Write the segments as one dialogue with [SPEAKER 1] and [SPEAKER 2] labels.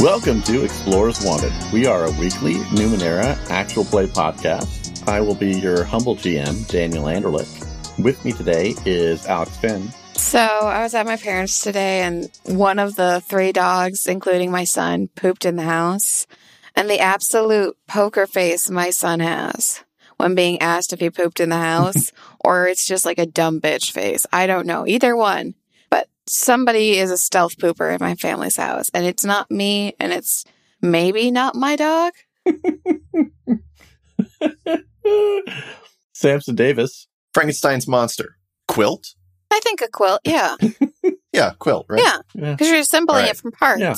[SPEAKER 1] Welcome to Explorers Wanted. We are a weekly Numenera actual play podcast. I will be your humble GM, Daniel Anderlich. With me today is Alex Finn.
[SPEAKER 2] So I was at my parents today, and one of the three dogs, including my son, pooped in the house. And the absolute poker face my son has when being asked if he pooped in the house, or it's just like a dumb bitch face. I don't know. Either one. But somebody is a stealth pooper in my family's house, and it's not me, and it's maybe not my dog.
[SPEAKER 1] Samson Davis.
[SPEAKER 3] Frankenstein's monster. Quilt?
[SPEAKER 2] I think a quilt. Yeah.
[SPEAKER 3] Yeah, quilt, right?
[SPEAKER 2] Yeah.
[SPEAKER 1] Yeah.
[SPEAKER 2] Because you're assembling
[SPEAKER 3] Right.
[SPEAKER 2] it from parts.
[SPEAKER 1] Yeah.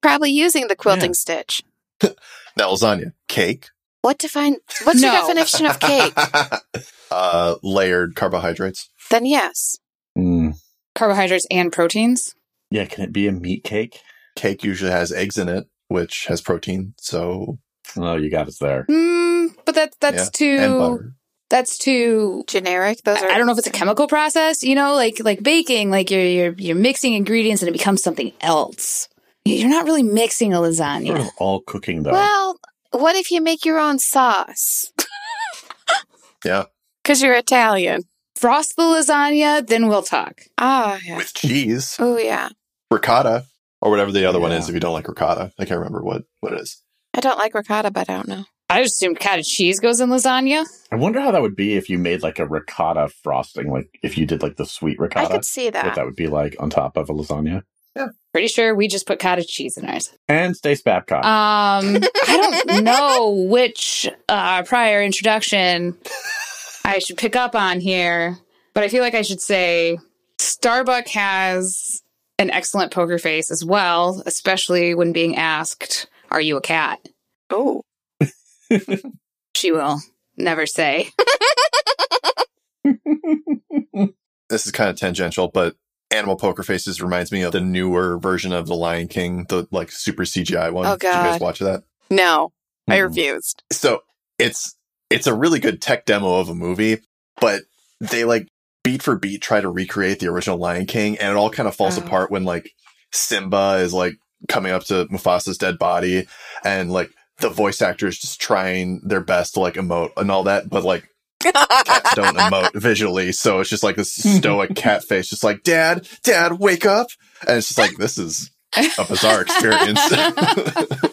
[SPEAKER 2] Probably using the quilting stitch.
[SPEAKER 3] That lasagna. Cake.
[SPEAKER 2] What define? What's your
[SPEAKER 4] No.
[SPEAKER 2] definition of cake?
[SPEAKER 3] uh, layered carbohydrates.
[SPEAKER 2] then yes.
[SPEAKER 1] Mm.
[SPEAKER 4] carbohydrates and proteins.
[SPEAKER 1] Yeah, can it be a meat cake?
[SPEAKER 3] Cake usually has eggs in it, which has protein, so
[SPEAKER 1] Oh, you got us there.
[SPEAKER 4] Mm, but that that's
[SPEAKER 3] Yeah, and
[SPEAKER 4] too
[SPEAKER 3] butter.
[SPEAKER 4] that's too.
[SPEAKER 2] Generic. Those are.
[SPEAKER 4] I I don't know if it's a chemical process, you know, like like baking, like you're you're you're mixing ingredients and it becomes something else. You're not really mixing a
[SPEAKER 1] Sort
[SPEAKER 4] lasagna.
[SPEAKER 1] of all cooking, though.
[SPEAKER 2] Well, what if you make your own sauce?
[SPEAKER 3] Yeah.
[SPEAKER 2] Because you're Italian.
[SPEAKER 4] Frost the lasagna, then we'll talk.
[SPEAKER 2] Oh yeah.
[SPEAKER 3] With cheese.
[SPEAKER 2] Oh yeah.
[SPEAKER 3] Ricotta. Or whatever the other one
[SPEAKER 1] Yeah.
[SPEAKER 3] is if you don't like ricotta. I can't remember what, what it is.
[SPEAKER 2] I don't like ricotta, but I don't know.
[SPEAKER 4] I just assumed cottage cheese goes in lasagna.
[SPEAKER 1] I wonder how that would be if you made like a ricotta frosting, like if you did like the sweet ricotta,
[SPEAKER 2] I could see
[SPEAKER 1] what
[SPEAKER 2] that.
[SPEAKER 1] that would be like on top of a lasagna.
[SPEAKER 4] Pretty sure we just put cottage cheese in ours.
[SPEAKER 1] And Stace Babcock.
[SPEAKER 4] Um, I don't know which uh, prior introduction I should pick up on here, but I feel like I should say Starbuck has an excellent poker face as well, especially when being asked, "Are you a cat?"
[SPEAKER 2] Oh. Uh,
[SPEAKER 4] She will never say.
[SPEAKER 3] This is kind of tangential, but Animal Poker Faces reminds me of the newer version of The Lion King, the like super CGI one.
[SPEAKER 2] Oh,
[SPEAKER 3] Did you guys
[SPEAKER 2] God.
[SPEAKER 3] watch that?
[SPEAKER 2] No, I
[SPEAKER 1] Mm.
[SPEAKER 2] refused.
[SPEAKER 3] so it's it's a really good tech demo of a movie, but they like beat for beat try to recreate the original Lion King, and it all kind of falls
[SPEAKER 4] Oh.
[SPEAKER 3] apart when like Simba is like coming up to Mufasa's dead body, and like the voice actors just trying their best to like emote and all that, but like cats don't emote visually, so it's just like this stoic cat face, just like Dad, Dad, wake up, and it's just like this is a bizarre experience.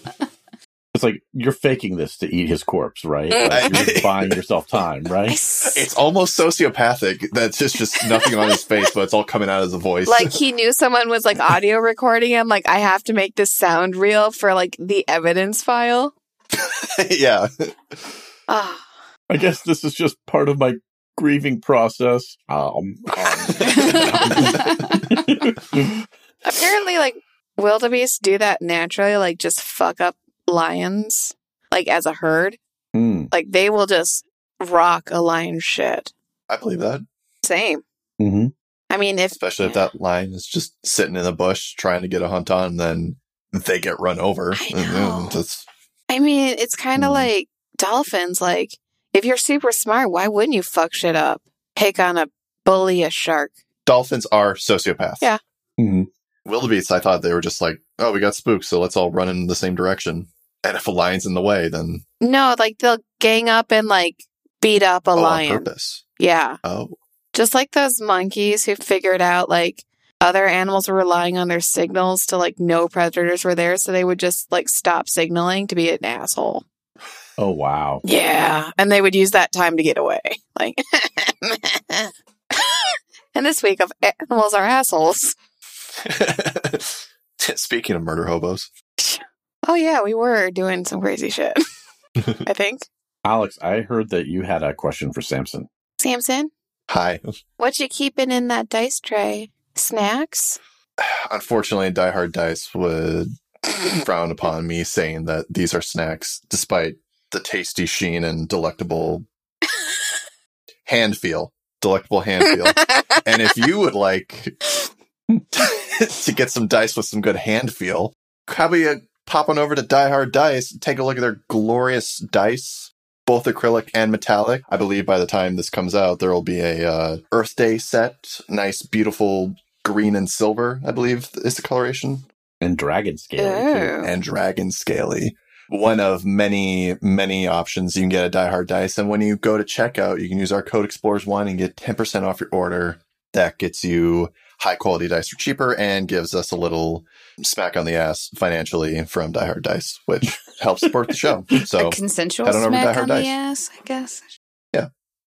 [SPEAKER 1] It's like you're faking this to eat his corpse, right? Like, you're buying yourself time, right?
[SPEAKER 3] It's almost sociopathic. That's just just nothing on his face, but it's all coming out as a voice.
[SPEAKER 2] like he knew someone was like audio recording him. Like I have to make this sound real for like the evidence file.
[SPEAKER 3] yeah,
[SPEAKER 2] Ah.
[SPEAKER 1] I guess this is just part of my grieving process. Um, um.
[SPEAKER 2] Apparently, like wildebeest do that naturally, like just fuck up lions, like as a herd.
[SPEAKER 1] Mm,
[SPEAKER 2] Like they will just rock a lion's shit.
[SPEAKER 3] I believe that.
[SPEAKER 2] Same.
[SPEAKER 1] mhm.
[SPEAKER 2] I mean, if
[SPEAKER 3] Especially if that lion is just sitting in the bush trying to get a hunt on, and then they get run over.
[SPEAKER 2] I know.
[SPEAKER 3] That's
[SPEAKER 2] I mean, it's kind of
[SPEAKER 3] Hmm.
[SPEAKER 1] Mm.
[SPEAKER 2] like dolphins. Like if you're super smart, why wouldn't you fuck shit up? Pick on a bully, a shark.
[SPEAKER 3] dolphins are sociopaths.
[SPEAKER 2] Yeah.
[SPEAKER 1] Mhm.
[SPEAKER 3] Wildebeests, I thought they were just like, oh, we got spooked, so let's all run in the same direction. And if a lion's in the way, then
[SPEAKER 2] No, like they'll gang up and like beat up a
[SPEAKER 3] oh, on
[SPEAKER 2] lion.
[SPEAKER 3] purpose.
[SPEAKER 2] Yeah.
[SPEAKER 3] Oh,
[SPEAKER 2] just like those monkeys who figured out like other animals were relying on their signals to like no predators were there so they would just like stop signaling to be an asshole
[SPEAKER 1] Oh, wow.
[SPEAKER 2] yeah and they would use that time to get away like and this week of animals are assholes
[SPEAKER 3] speaking of murder hobos,
[SPEAKER 2] oh yeah we were doing some crazy shit i think
[SPEAKER 1] Alex, I heard that you had a question for Samson.
[SPEAKER 2] samson
[SPEAKER 3] hi.
[SPEAKER 2] what you keeping in that dice tray snacks
[SPEAKER 3] unfortunately, Die Hard Dice would frown upon me saying that these are snacks, despite the tasty sheen and delectable hand feel, delectable hand feel. and if you would like to get some dice with some good hand feel, probably uh, pop on over to Die Hard Dice and take a look at their glorious dice. Both acrylic and metallic. I believe by the time this comes out, there will be a uh, Earth Day set, nice, beautiful green and silver, I believe is the coloration.
[SPEAKER 1] and dragon scaly. too.
[SPEAKER 2] Ooh.
[SPEAKER 3] and Dragon Scaly. One of many, many options. You can get a Die Hard Dice. And when you go to checkout, you can use our code Explorers1 and get 10% off your order. That gets you high quality dice for cheaper and gives us a little smack on the ass financially from Die Hard Dice, which helps support the show. So
[SPEAKER 4] a consensual
[SPEAKER 3] head on over to
[SPEAKER 4] smack
[SPEAKER 3] Her
[SPEAKER 4] on the
[SPEAKER 3] Dice.
[SPEAKER 4] ass, I guess.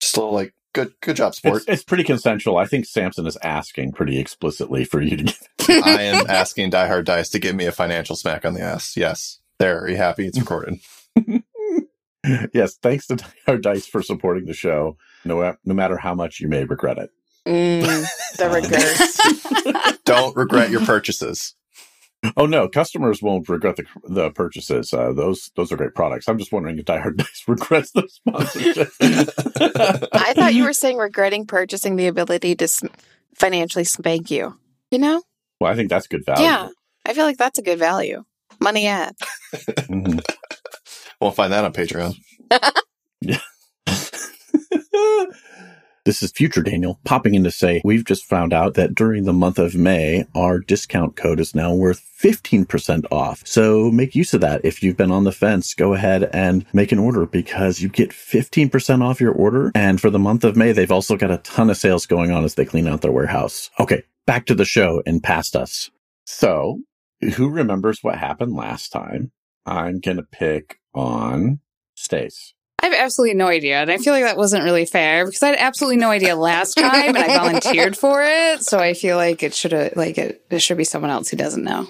[SPEAKER 3] just a little like, good, good job,
[SPEAKER 1] It's,
[SPEAKER 3] sport.
[SPEAKER 1] it's pretty consensual. I think Samson is asking pretty explicitly for you to get.
[SPEAKER 3] I am asking Die Hard Dice to give me a financial smack on the ass. Yes. There. Are you happy? It's recorded.
[SPEAKER 1] yes, thanks to our dice for supporting the show. No, no matter how much you may regret it.
[SPEAKER 2] Mm, the regrets.
[SPEAKER 3] Don't regret your purchases.
[SPEAKER 1] Oh no, customers won't regret the the purchases. Uh, those those are great products. I'm just wondering if Die Hard Dice regrets the sponsorship.
[SPEAKER 2] I thought you were saying regretting purchasing the ability to sm- financially spank you. You know?
[SPEAKER 1] Well, I think that's good value.
[SPEAKER 2] Yeah. I feel like that's a good value. Money ad.
[SPEAKER 1] Mhm.
[SPEAKER 3] We'll find that on Patreon.
[SPEAKER 1] this is future Daniel popping in to say we've just found out that during the month of May, our discount code is now worth 15% off. So make use of that. If you've been on the fence, go ahead and make an order because you get 15% off your order. And for the month of May, they've also got a ton of sales going on as they clean out their warehouse. Okay, back to the show and past us. So who remembers what happened last time? I'm going to pick on Stace.
[SPEAKER 4] I have absolutely no idea. And I feel like that wasn't really fair because I had absolutely no idea last time and I volunteered for it. So I feel like it should have like it, it should be someone else who doesn't know.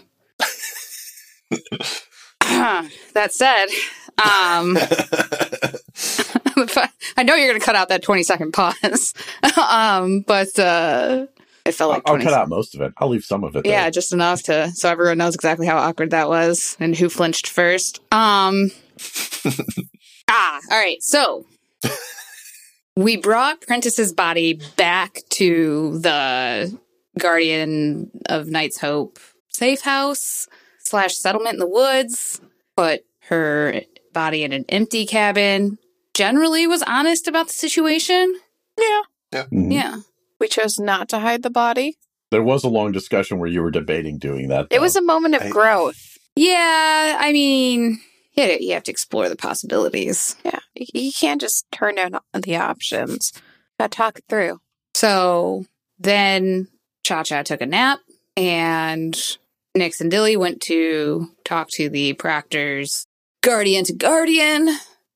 [SPEAKER 4] that said, um I know you're gonna cut out that 20 second pause. um, but uh it felt like
[SPEAKER 1] I'll, I'll
[SPEAKER 4] 20
[SPEAKER 1] cut out most of it. I'll leave some of it.
[SPEAKER 4] yeah
[SPEAKER 1] Yeah.
[SPEAKER 4] just enough to so everyone knows exactly how awkward that was and who flinched first um ah all right so we brought prentice's body back to the guardian of knight's hope safe house slash settlement in the woods put her body in an empty cabin generally was honest about the situation
[SPEAKER 2] Yeah.
[SPEAKER 1] Mm-hmm.
[SPEAKER 4] yeah
[SPEAKER 2] We chose not to hide the body.
[SPEAKER 1] There was a long discussion where you were debating doing that.
[SPEAKER 2] It was a moment of
[SPEAKER 3] I-
[SPEAKER 2] growth.
[SPEAKER 4] yeah i mean yeah, you have to explore the possibilities
[SPEAKER 2] Yeah. You, you can't just turn down the options. Got to talk it through.
[SPEAKER 4] So then Cha Cha took a nap, and Nix and Dilly went to talk to the proctors, guardian to guardian,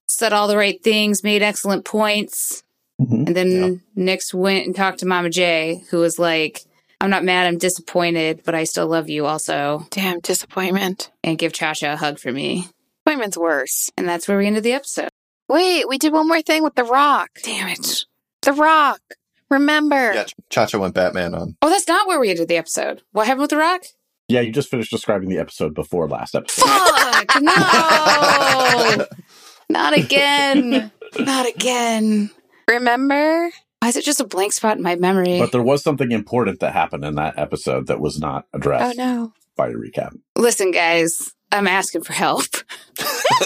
[SPEAKER 4] said all the right things, made excellent points.
[SPEAKER 1] Mhm.
[SPEAKER 4] And then Nix went and talked to Mama Jay, who was like, I'm not mad, I'm disappointed, but I still love you also.
[SPEAKER 2] Damn disappointment.
[SPEAKER 4] And give Cha Cha a hug for me.
[SPEAKER 2] Disappointment's worse.
[SPEAKER 4] And that's where we ended the episode.
[SPEAKER 2] Wait, we did one more thing with the rock.
[SPEAKER 4] Damn it.
[SPEAKER 2] The rock. Remember.
[SPEAKER 3] yeah, Cha Cha went Batman on.
[SPEAKER 4] Oh, that's not where we ended the episode. What happened with the rock?
[SPEAKER 1] Yeah, you just finished describing the episode before last episode.
[SPEAKER 4] Fuck,
[SPEAKER 2] Oh.
[SPEAKER 4] no. Not again. Not again.
[SPEAKER 2] Remember?
[SPEAKER 4] Why is it just a blank spot in my memory?
[SPEAKER 1] But there was something important that happened in that episode that was not
[SPEAKER 2] Oh
[SPEAKER 1] addressed
[SPEAKER 2] no.
[SPEAKER 1] by your recap.
[SPEAKER 4] Listen, guys, I'm asking for help.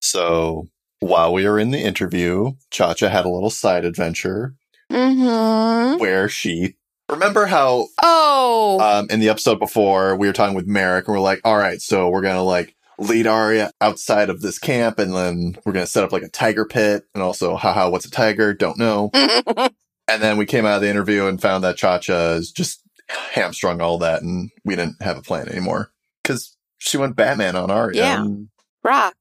[SPEAKER 3] So while we were in the interview, Cha Cha had a little side adventure
[SPEAKER 2] Mm-hmm.
[SPEAKER 3] where she remember how
[SPEAKER 4] Oh,
[SPEAKER 3] um, in the episode before we were talking with Merrick and we're like, all right, so we're gonna like lead Arya outside of this camp and then we're gonna set up like a tiger pit and also haha, what's a tiger? Don't know. And then we came out of the interview and found that Cha Cha is just hamstrung all that and we didn't have a plan anymore. Cause she went Batman on Arya
[SPEAKER 2] Yeah.
[SPEAKER 3] and
[SPEAKER 2] rock.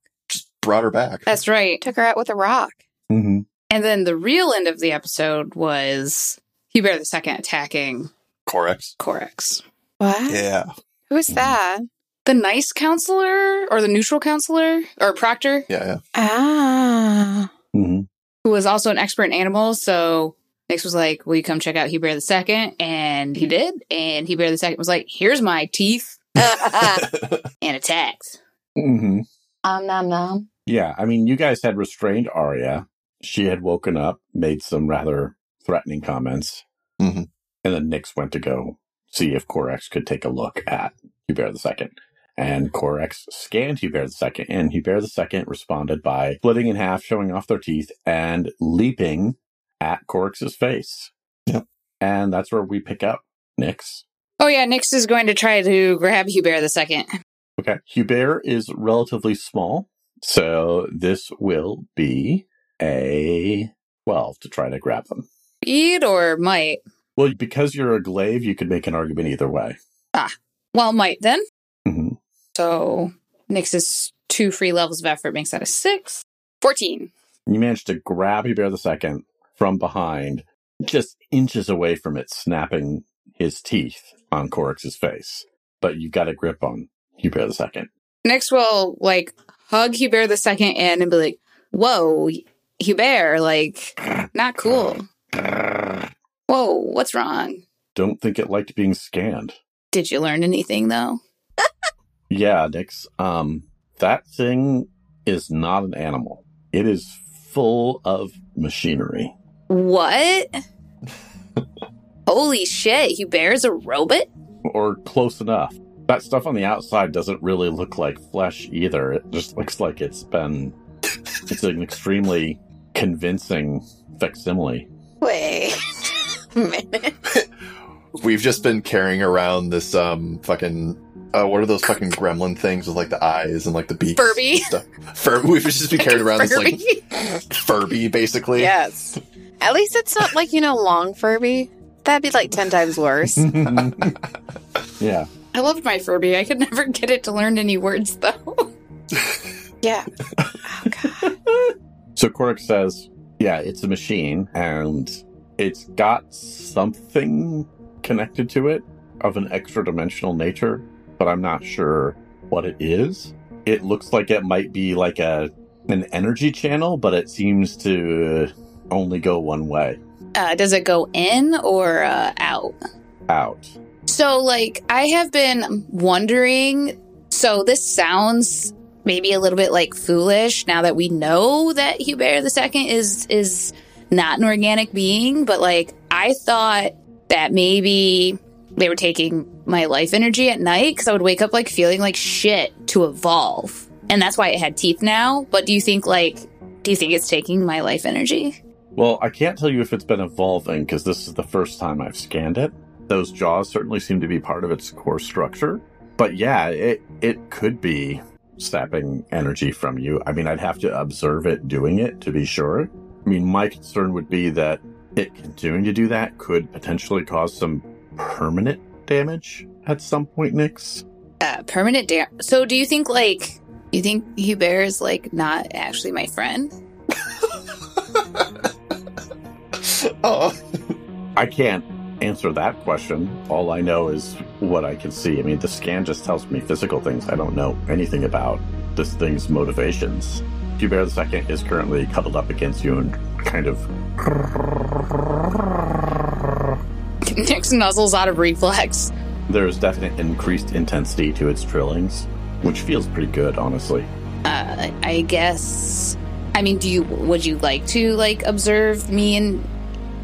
[SPEAKER 3] brought her back.
[SPEAKER 4] that's right.
[SPEAKER 2] Took her out with a rock.
[SPEAKER 1] Mm-hmm.
[SPEAKER 4] And then the real end of the episode was Hubert the Second attacking
[SPEAKER 3] Corex.
[SPEAKER 4] Corex.
[SPEAKER 2] What?
[SPEAKER 3] Yeah.
[SPEAKER 2] Who's that?
[SPEAKER 4] The nice counselor or the neutral counselor or proctor,
[SPEAKER 3] Yeah, yeah.
[SPEAKER 2] Ah.
[SPEAKER 1] Mm-hmm.
[SPEAKER 4] who was also an expert in animals. So Nix was like, Will you come check out Hubert the Second? And he did. And Hubert the Second was like, Here's my teeth
[SPEAKER 2] Uh,
[SPEAKER 4] and attacked.
[SPEAKER 1] Mm-hmm.
[SPEAKER 2] um nom nom.
[SPEAKER 1] Yeah, I mean, you guys had restrained Arya. She had woken up, made some rather threatening comments,
[SPEAKER 3] Mhm.
[SPEAKER 1] and then Nyx went to go see if Corex could take a look at Hubert II. And Corex scanned Hubert II, and Hubert II responded by splitting in half, showing off their teeth, and leaping at Corex's face.
[SPEAKER 3] Yep.
[SPEAKER 1] And that's where we pick up Nyx.
[SPEAKER 4] Oh yeah, Nix is going to try to grab Hubert the second.
[SPEAKER 1] Okay. Hubert is relatively small. So this will be a 12 to try to grab them.
[SPEAKER 4] Eat or might?
[SPEAKER 1] Well, because you're a glaive, you could make an argument either way.
[SPEAKER 4] Well, might then.
[SPEAKER 1] hmm
[SPEAKER 4] So Nix's two free levels of effort makes that a six.
[SPEAKER 2] 14.
[SPEAKER 1] You manage to grab Hubert the second from behind, just inches away from it, snapping his teeth on Korix's face. But you've got a grip on Hubert the second.
[SPEAKER 4] Nix will like hug Hubert the second in and be like, "Whoa, Hubert! Like, not cool. Whoa, what's wrong?
[SPEAKER 1] Don't think it liked being scanned.
[SPEAKER 4] Did you learn anything though?"
[SPEAKER 1] Yeah, Nix. Um, that thing is not an animal. It is full of machinery.
[SPEAKER 4] What? Holy shit, Hubert is a robot?
[SPEAKER 1] or close enough. That stuff on the outside doesn't really look like flesh either. It just looks like it's been it's an extremely convincing facsimile.
[SPEAKER 2] Wait a minute.
[SPEAKER 3] We've just been carrying around this um fucking uh, what are those fucking gremlin things with like the eyes and like the beaks?
[SPEAKER 2] Furby.
[SPEAKER 3] and Stuff. Fur- we've just been carrying around this
[SPEAKER 2] Furby.
[SPEAKER 3] like Furby, basically.
[SPEAKER 2] yes. At least it's not like, you know, long Furby. That'd be like 10 times worse.
[SPEAKER 1] yeah.
[SPEAKER 4] I loved my Furby. I could never get it to learn any words though.
[SPEAKER 2] yeah. Oh, God.
[SPEAKER 1] So Cork says, "Yeah, it's a machine, and it's got something connected to it of an extra-dimensional nature, but I'm not sure what it is. It looks like it might be like a an energy channel, but it seems to only go one way
[SPEAKER 4] Uh, does it go in or uh, out?
[SPEAKER 1] out.
[SPEAKER 4] So, like, I have been wondering. So, this sounds maybe a little bit like foolish now that we know that Hubert II is is not an organic being, but like, I thought that maybe they were taking my life energy at night because I would wake up like feeling like shit to evolve, and that's why it had teeth now. But do you think like, do you think it's taking my life energy?
[SPEAKER 1] Well, I can't tell you if it's been evolving because this is the first time I've scanned it. Those jaws certainly seem to be part of its core structure. But yeah, it it could be sapping energy from you. I mean, I'd have to observe it doing it to be sure. I mean, my concern would be that it continuing to do that could potentially cause some permanent damage at some point, Nix.
[SPEAKER 4] uh, permanent dam So do you think like you think Hubert is like not actually my friend?
[SPEAKER 3] Oh,
[SPEAKER 1] I can't answer that question. All I know is what I can see. I mean, the scan just tells me physical things. I don't know anything about this thing's motivations. Hubert II is currently cuddled up against you and kind of.
[SPEAKER 4] Nick's nuzzles out of reflex.
[SPEAKER 1] There's definite increased intensity to its drillings, which feels pretty good, honestly.
[SPEAKER 4] Uh, I guess. I mean, do you would you like to like observe me and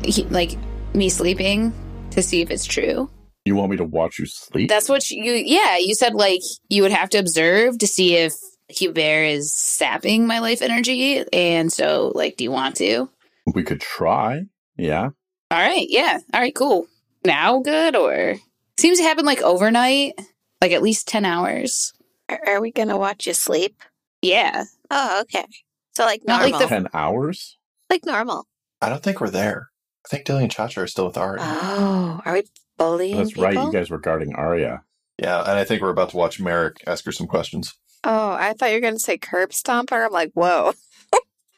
[SPEAKER 4] he, like me sleeping to see if it's true?
[SPEAKER 1] You want me to watch you sleep?
[SPEAKER 4] That's what you. Yeah, you said like you would have to observe to see if Hubert is sapping my life energy, and so like, do you want to?
[SPEAKER 1] we could try. Yeah.
[SPEAKER 4] All right, yeah. All right, cool. Now good or seems to happen like overnight, like at least 10 hours.
[SPEAKER 2] Are, are we going to watch you sleep?
[SPEAKER 4] Yeah.
[SPEAKER 2] Oh, okay. So, like,
[SPEAKER 4] Not like
[SPEAKER 2] normal.
[SPEAKER 4] the-
[SPEAKER 2] Like,
[SPEAKER 1] 10 hours?
[SPEAKER 2] normal.
[SPEAKER 3] I don't think we're there. I think Dilly and Chacha are still with Ari.
[SPEAKER 2] Oh, are we bullying
[SPEAKER 1] That's
[SPEAKER 2] people?
[SPEAKER 1] right. You guys were guarding Arya.
[SPEAKER 3] yeah, and I think we're about to watch Merrick ask her some questions.
[SPEAKER 2] oh, I thought you were going to say curb stomper. I'm like, whoa.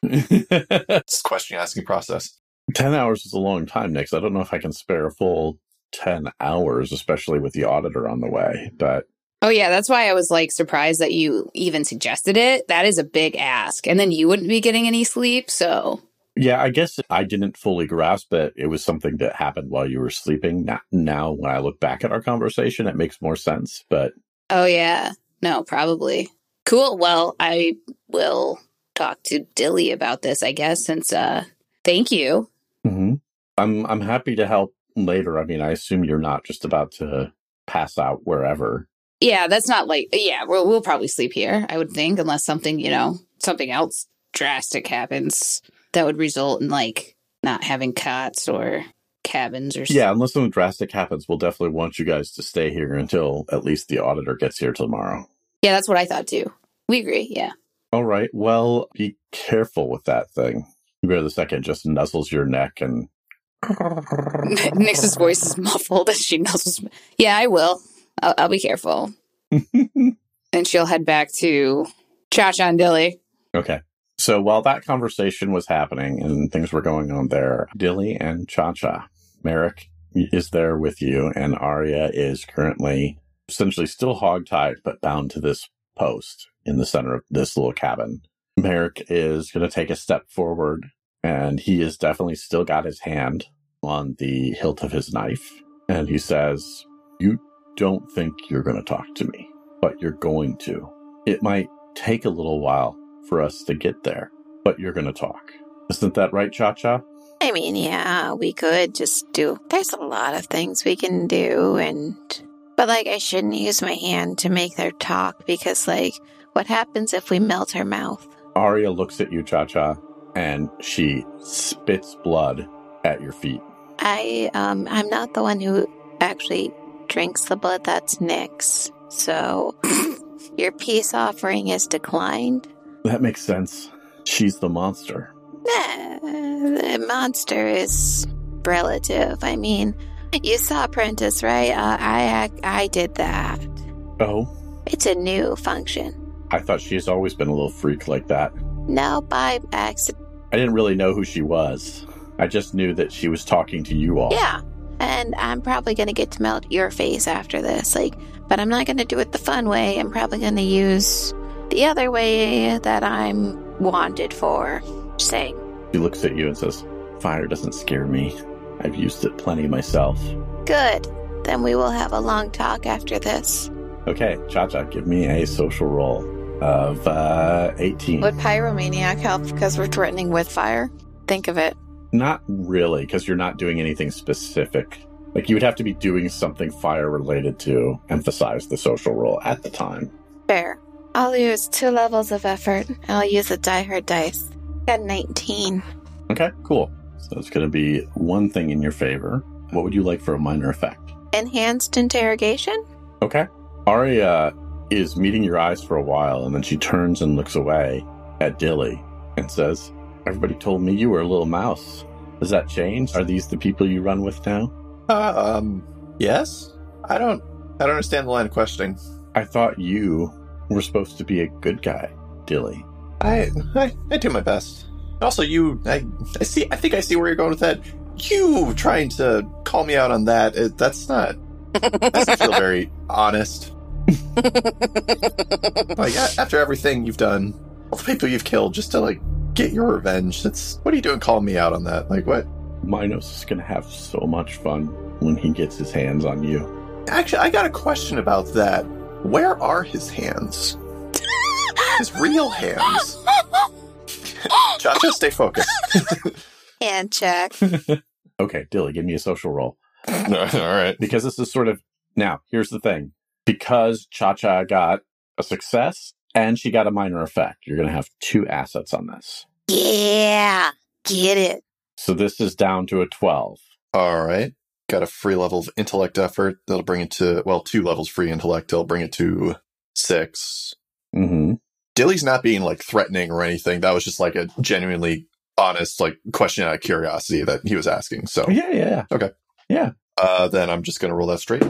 [SPEAKER 1] 10
[SPEAKER 3] It's a question asking process.
[SPEAKER 1] hours is a long time, Nix. I don't know if I can spare a full 10 hours, especially with the auditor on the way. But
[SPEAKER 4] Oh yeah, that's why I was like surprised that you even suggested it. That is a big ask. And then you wouldn't be getting any sleep, so
[SPEAKER 1] yeah, I guess I didn't fully grasp that it was something that happened while you were sleeping. Now, now when I look back at our conversation, it makes more sense. But
[SPEAKER 4] Oh yeah. No, probably. Cool. Well, I will talk to Dilly about this, I guess, since uh thank you.
[SPEAKER 1] mhm. I'm, I'm happy to help later. I mean, I assume you're not just about to pass out wherever.
[SPEAKER 4] Yeah, that's not like yeah, we'll we'll probably sleep here, I would think, unless something, you know, something else drastic happens that would result in like not having cots or cabins or something.
[SPEAKER 1] Yeah, unless something drastic happens, we'll definitely want you guys to stay here until at least the auditor gets here tomorrow.
[SPEAKER 4] Yeah, that's what I thought too. We agree. Yeah.
[SPEAKER 1] All right. Well, be careful with that thing. Ugo the second just nuzzles your neck and
[SPEAKER 4] Nix's voice is muffled as she nuzzles. me. Yeah, I will. I'll, I'll be careful. and she'll head back to Cha Cha and Dilly.
[SPEAKER 1] Okay. So while that conversation was happening and things were going on there, Dilly and Cha Cha, Merrick is there with you, and Arya is currently essentially still hogtied, but bound to this post in the center of this little cabin. Merrick is going to take a step forward, and he has definitely still got his hand on the hilt of his knife. And he says, You don't think you're going to talk to me, but you're going to. It might take a little while for us to get there, but you're going to talk. Isn't that right, Cha Cha?
[SPEAKER 2] I mean, yeah, we could just do. There's a lot of things we can do, and. But, like, I shouldn't use my hand to make their talk because, like, what happens if we melt her mouth?
[SPEAKER 1] Arya looks at you, Cha Cha, and she spits blood at your feet.
[SPEAKER 2] I, um, I'm not the one who actually drinks the blood, that's Nick's. So, your peace offering is declined?
[SPEAKER 1] That makes sense. She's the monster.
[SPEAKER 2] Nah, the monster is relative. I mean, you saw Prentice, right? Uh, I I did that.
[SPEAKER 1] Oh,
[SPEAKER 2] It's a new function.
[SPEAKER 1] I thought she's always been a little freak like that.
[SPEAKER 2] Nope, I accident.
[SPEAKER 1] I didn't really know who she was. I just knew that she was talking to you all.
[SPEAKER 2] Yeah, and I'm probably gonna get to melt your face after this. Like, but I'm not gonna do it the fun way. I'm probably gonna use the other way that I'm wanted for. Just saying.
[SPEAKER 1] She looks at you and says, Fire doesn't scare me. I've used it plenty myself.
[SPEAKER 2] Good. Then we will have a long talk after this.
[SPEAKER 1] Okay, Cha Cha, give me a social roll of uh, 18.
[SPEAKER 2] Would pyromaniac help because we're threatening with fire? Think of it.
[SPEAKER 1] Not really, because you're not doing anything specific. Like you would have to be doing something fire related to emphasize the social role at the time.
[SPEAKER 2] Fair. I'll use two levels of effort. and I'll use a die hard dice. Got 19.
[SPEAKER 1] Okay, cool. So it's going to be one thing in your favor. What would you like for a minor effect?
[SPEAKER 2] Enhanced interrogation?
[SPEAKER 1] Okay. Arya is meeting your eyes for a while, and then she turns and looks away at Dilly and says, Everybody told me you were a little mouse. Has that changed? Are these the people you run with now?
[SPEAKER 3] Uh, um, yes? I don't, I don't understand the line of questioning.
[SPEAKER 1] I thought you were supposed to be a good guy, Dilly.
[SPEAKER 3] I, I, I do my best. Also, you, I, I see. I think I see where you're going with that. You trying to call me out on that? It, that's not. That doesn't feel very honest. like a- after everything you've done, all the people you've killed, just to like get your revenge. That's what are you doing? Calling me out on that? Like what?
[SPEAKER 1] Minos is going to have so much fun when he gets his hands on you.
[SPEAKER 3] Actually, I got a question about that. Where are his hands? His real hands. Cha Cha, stay focused.
[SPEAKER 2] Hand check.
[SPEAKER 1] Okay, Dilly, give me a social roll.
[SPEAKER 3] all right.
[SPEAKER 1] Because this is sort of. Now, here's the thing. Because Cha Cha got a success and she got a minor effect, you're going to have two assets on this.
[SPEAKER 2] Yeah. Get it.
[SPEAKER 1] So this is down to a 12.
[SPEAKER 3] All right. Got a free level of intellect effort. That'll bring it to, well, two levels free intellect. That'll bring it to six.
[SPEAKER 1] Mm-hmm.
[SPEAKER 3] Dilly's not being like threatening or anything. That was just like a genuinely honest, like question out of curiosity that he was asking. So
[SPEAKER 1] Oh, Yeah, yeah, yeah.
[SPEAKER 3] uh, then I'm just going to roll that straight.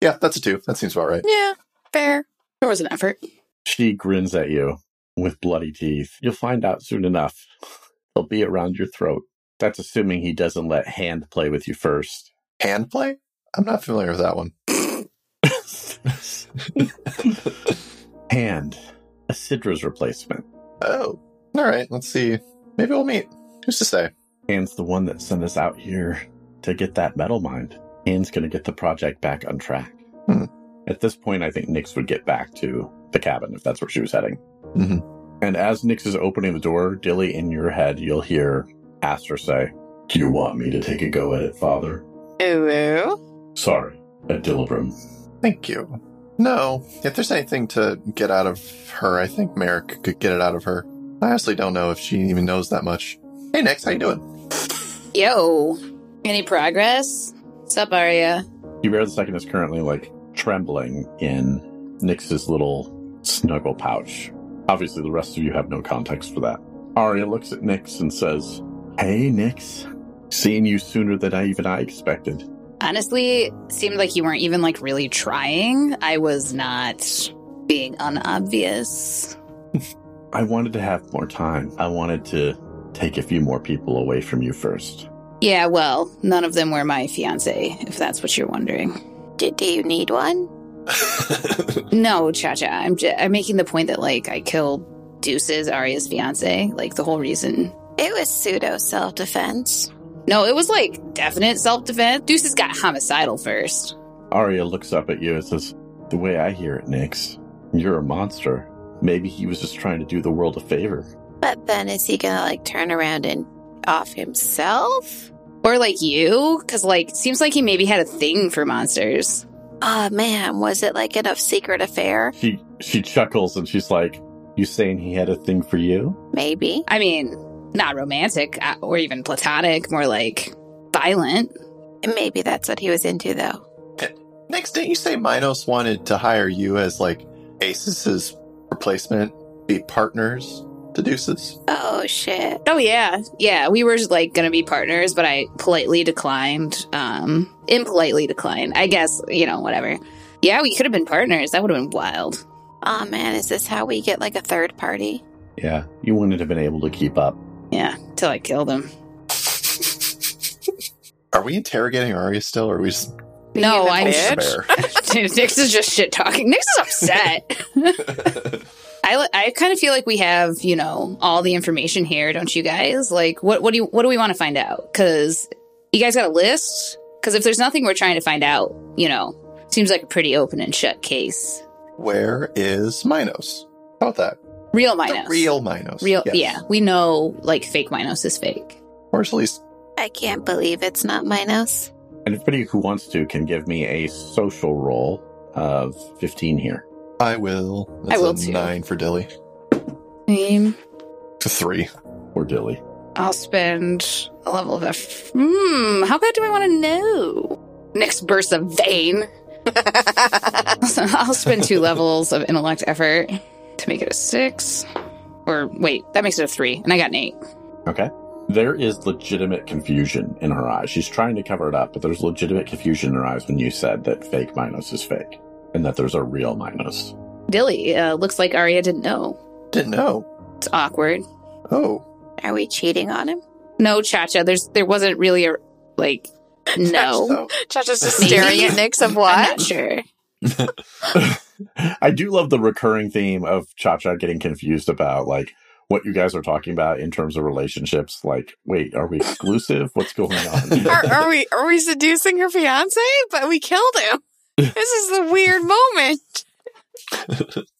[SPEAKER 3] Yeah, that's a two. That seems about right.
[SPEAKER 4] Yeah, fair. There was an effort.
[SPEAKER 1] She grins at you with bloody teeth. You'll find out soon enough. They'll be around your throat. That's assuming he doesn't let hand play with you first.
[SPEAKER 3] Hand play? I'm not familiar with that one.
[SPEAKER 1] hand, a Sidra's replacement.
[SPEAKER 3] Oh, all right. Let's see. Maybe we'll meet. Who's to say?
[SPEAKER 1] Hand's the one that sent us out here to get that metal mind. Hand's going to get the project back on track.
[SPEAKER 3] Hmm.
[SPEAKER 1] At this point, I think Nix would get back to the cabin if that's where she was heading.
[SPEAKER 3] Mhm.
[SPEAKER 1] And as Nix is opening the door, Dilly, in your head, you'll hear Aster say, Do you want me to take a go at it, Father?
[SPEAKER 2] Ooh.
[SPEAKER 1] Sorry, at Dillibrim.
[SPEAKER 3] Thank you. No, if there's anything to get out of her, I think Merrick could get it out of her. I honestly don't know if she even knows that much. Hey, Nix, how you doing?
[SPEAKER 4] Yo. Any progress? What's up, Arya?
[SPEAKER 1] Hubert the Second is currently like trembling in Nyx's little snuggle pouch. Obviously, the rest of you have no context for that. Arya looks at Nyx and says, Hey, Nyx. Seeing you sooner than I even I expected.
[SPEAKER 4] Honestly, seemed like you weren't even like really trying. I was not being unobvious.
[SPEAKER 1] I wanted to have more time. I wanted to take a few more people away from you first.
[SPEAKER 4] Yeah, well, none of them were my fiance, if that's what you're wondering.
[SPEAKER 2] Do, do you need one?
[SPEAKER 4] No, Cha Cha. I'm j- I'm making the point that like I killed Deuces, Arya's fiance. Like the whole reason.
[SPEAKER 2] It was pseudo self defense.
[SPEAKER 4] No, it was like definite self defense. Deuces got homicidal first.
[SPEAKER 1] Arya looks up at you and says, The way I hear it, Nyx, you're a monster. Maybe he was just trying to do the world a favor.
[SPEAKER 2] But then is he gonna like turn around and off himself?
[SPEAKER 4] Or like you, because like it seems like he maybe had a thing for monsters.
[SPEAKER 2] Ah man, was it like a secret affair?
[SPEAKER 1] She she chuckles and she's like, You saying he had a thing for you?
[SPEAKER 2] Maybe.
[SPEAKER 4] I mean, not romantic uh, or even platonic, more like violent.
[SPEAKER 2] Maybe that's what he was into though.
[SPEAKER 3] Next, didn't you say Minos wanted to hire you as like Asus's replacement, be partners to Deuces?
[SPEAKER 2] Oh shit.
[SPEAKER 4] Oh yeah, yeah. We were like gonna be partners, but I politely declined. Um, impolitely declined. I guess you know whatever. Yeah, we could have been partners. That would have been wild.
[SPEAKER 2] Aw man, is this how we get like a third party?
[SPEAKER 1] Yeah, you wouldn't have been able to keep up.
[SPEAKER 4] Yeah, till I killed him.
[SPEAKER 3] Are we interrogating Arya still, or are we just
[SPEAKER 4] No,
[SPEAKER 2] Being a
[SPEAKER 4] I'm-
[SPEAKER 2] bitch?
[SPEAKER 3] bear?
[SPEAKER 4] Dude, Nix is just shit talking. Nix is upset. I, li- I kind of feel like we have you know all the information here, don't you guys? Like, what what do you what do we want to find out? Because you guys got a list. Because if there's nothing we're trying to find out, you know, seems like a pretty open and shut case.
[SPEAKER 3] Where is Minos? How about that?
[SPEAKER 4] Real
[SPEAKER 3] The
[SPEAKER 4] Minos,
[SPEAKER 3] real Minos.
[SPEAKER 4] real.
[SPEAKER 3] Yes.
[SPEAKER 4] Yeah, we know like fake Minos is fake.
[SPEAKER 3] Or at least
[SPEAKER 2] I can't believe it's not Minos.
[SPEAKER 1] Anybody who wants to can give me a social roll of 15 here.
[SPEAKER 3] I will.
[SPEAKER 4] I will
[SPEAKER 3] a
[SPEAKER 4] too.
[SPEAKER 3] Nine for Dilly. To three.
[SPEAKER 1] Or Dilly.
[SPEAKER 4] I'll spend a level of eff- Hmm, how bad do I want to know? Next burst of vein. So I'll spend two levels of intellect effort to make it a six. Or wait, that makes it a three, and I got an eight.
[SPEAKER 1] Okay. There is legitimate confusion in her eyes. She's trying to cover it up, but there's legitimate confusion in her eyes when you said that fake Minos is fake and that there's a real Minos.
[SPEAKER 4] Dilly uh, looks like Arya didn't know.
[SPEAKER 3] Didn't know.
[SPEAKER 4] It's awkward.
[SPEAKER 3] Oh.
[SPEAKER 2] Are we cheating on him?
[SPEAKER 4] No, Cha Cha. There's there wasn't really a like. No,
[SPEAKER 3] So,
[SPEAKER 2] Chacha's just
[SPEAKER 4] Maybe.
[SPEAKER 2] staring at Nyx of
[SPEAKER 4] I'm not
[SPEAKER 2] what?
[SPEAKER 4] sure.
[SPEAKER 1] I do love the recurring theme of Cha Cha getting confused about like what you guys are talking about in terms of relationships. Like, wait, are we exclusive? What's going on?
[SPEAKER 2] are, are we are we seducing her fiance? But we killed him. This is the weird moment.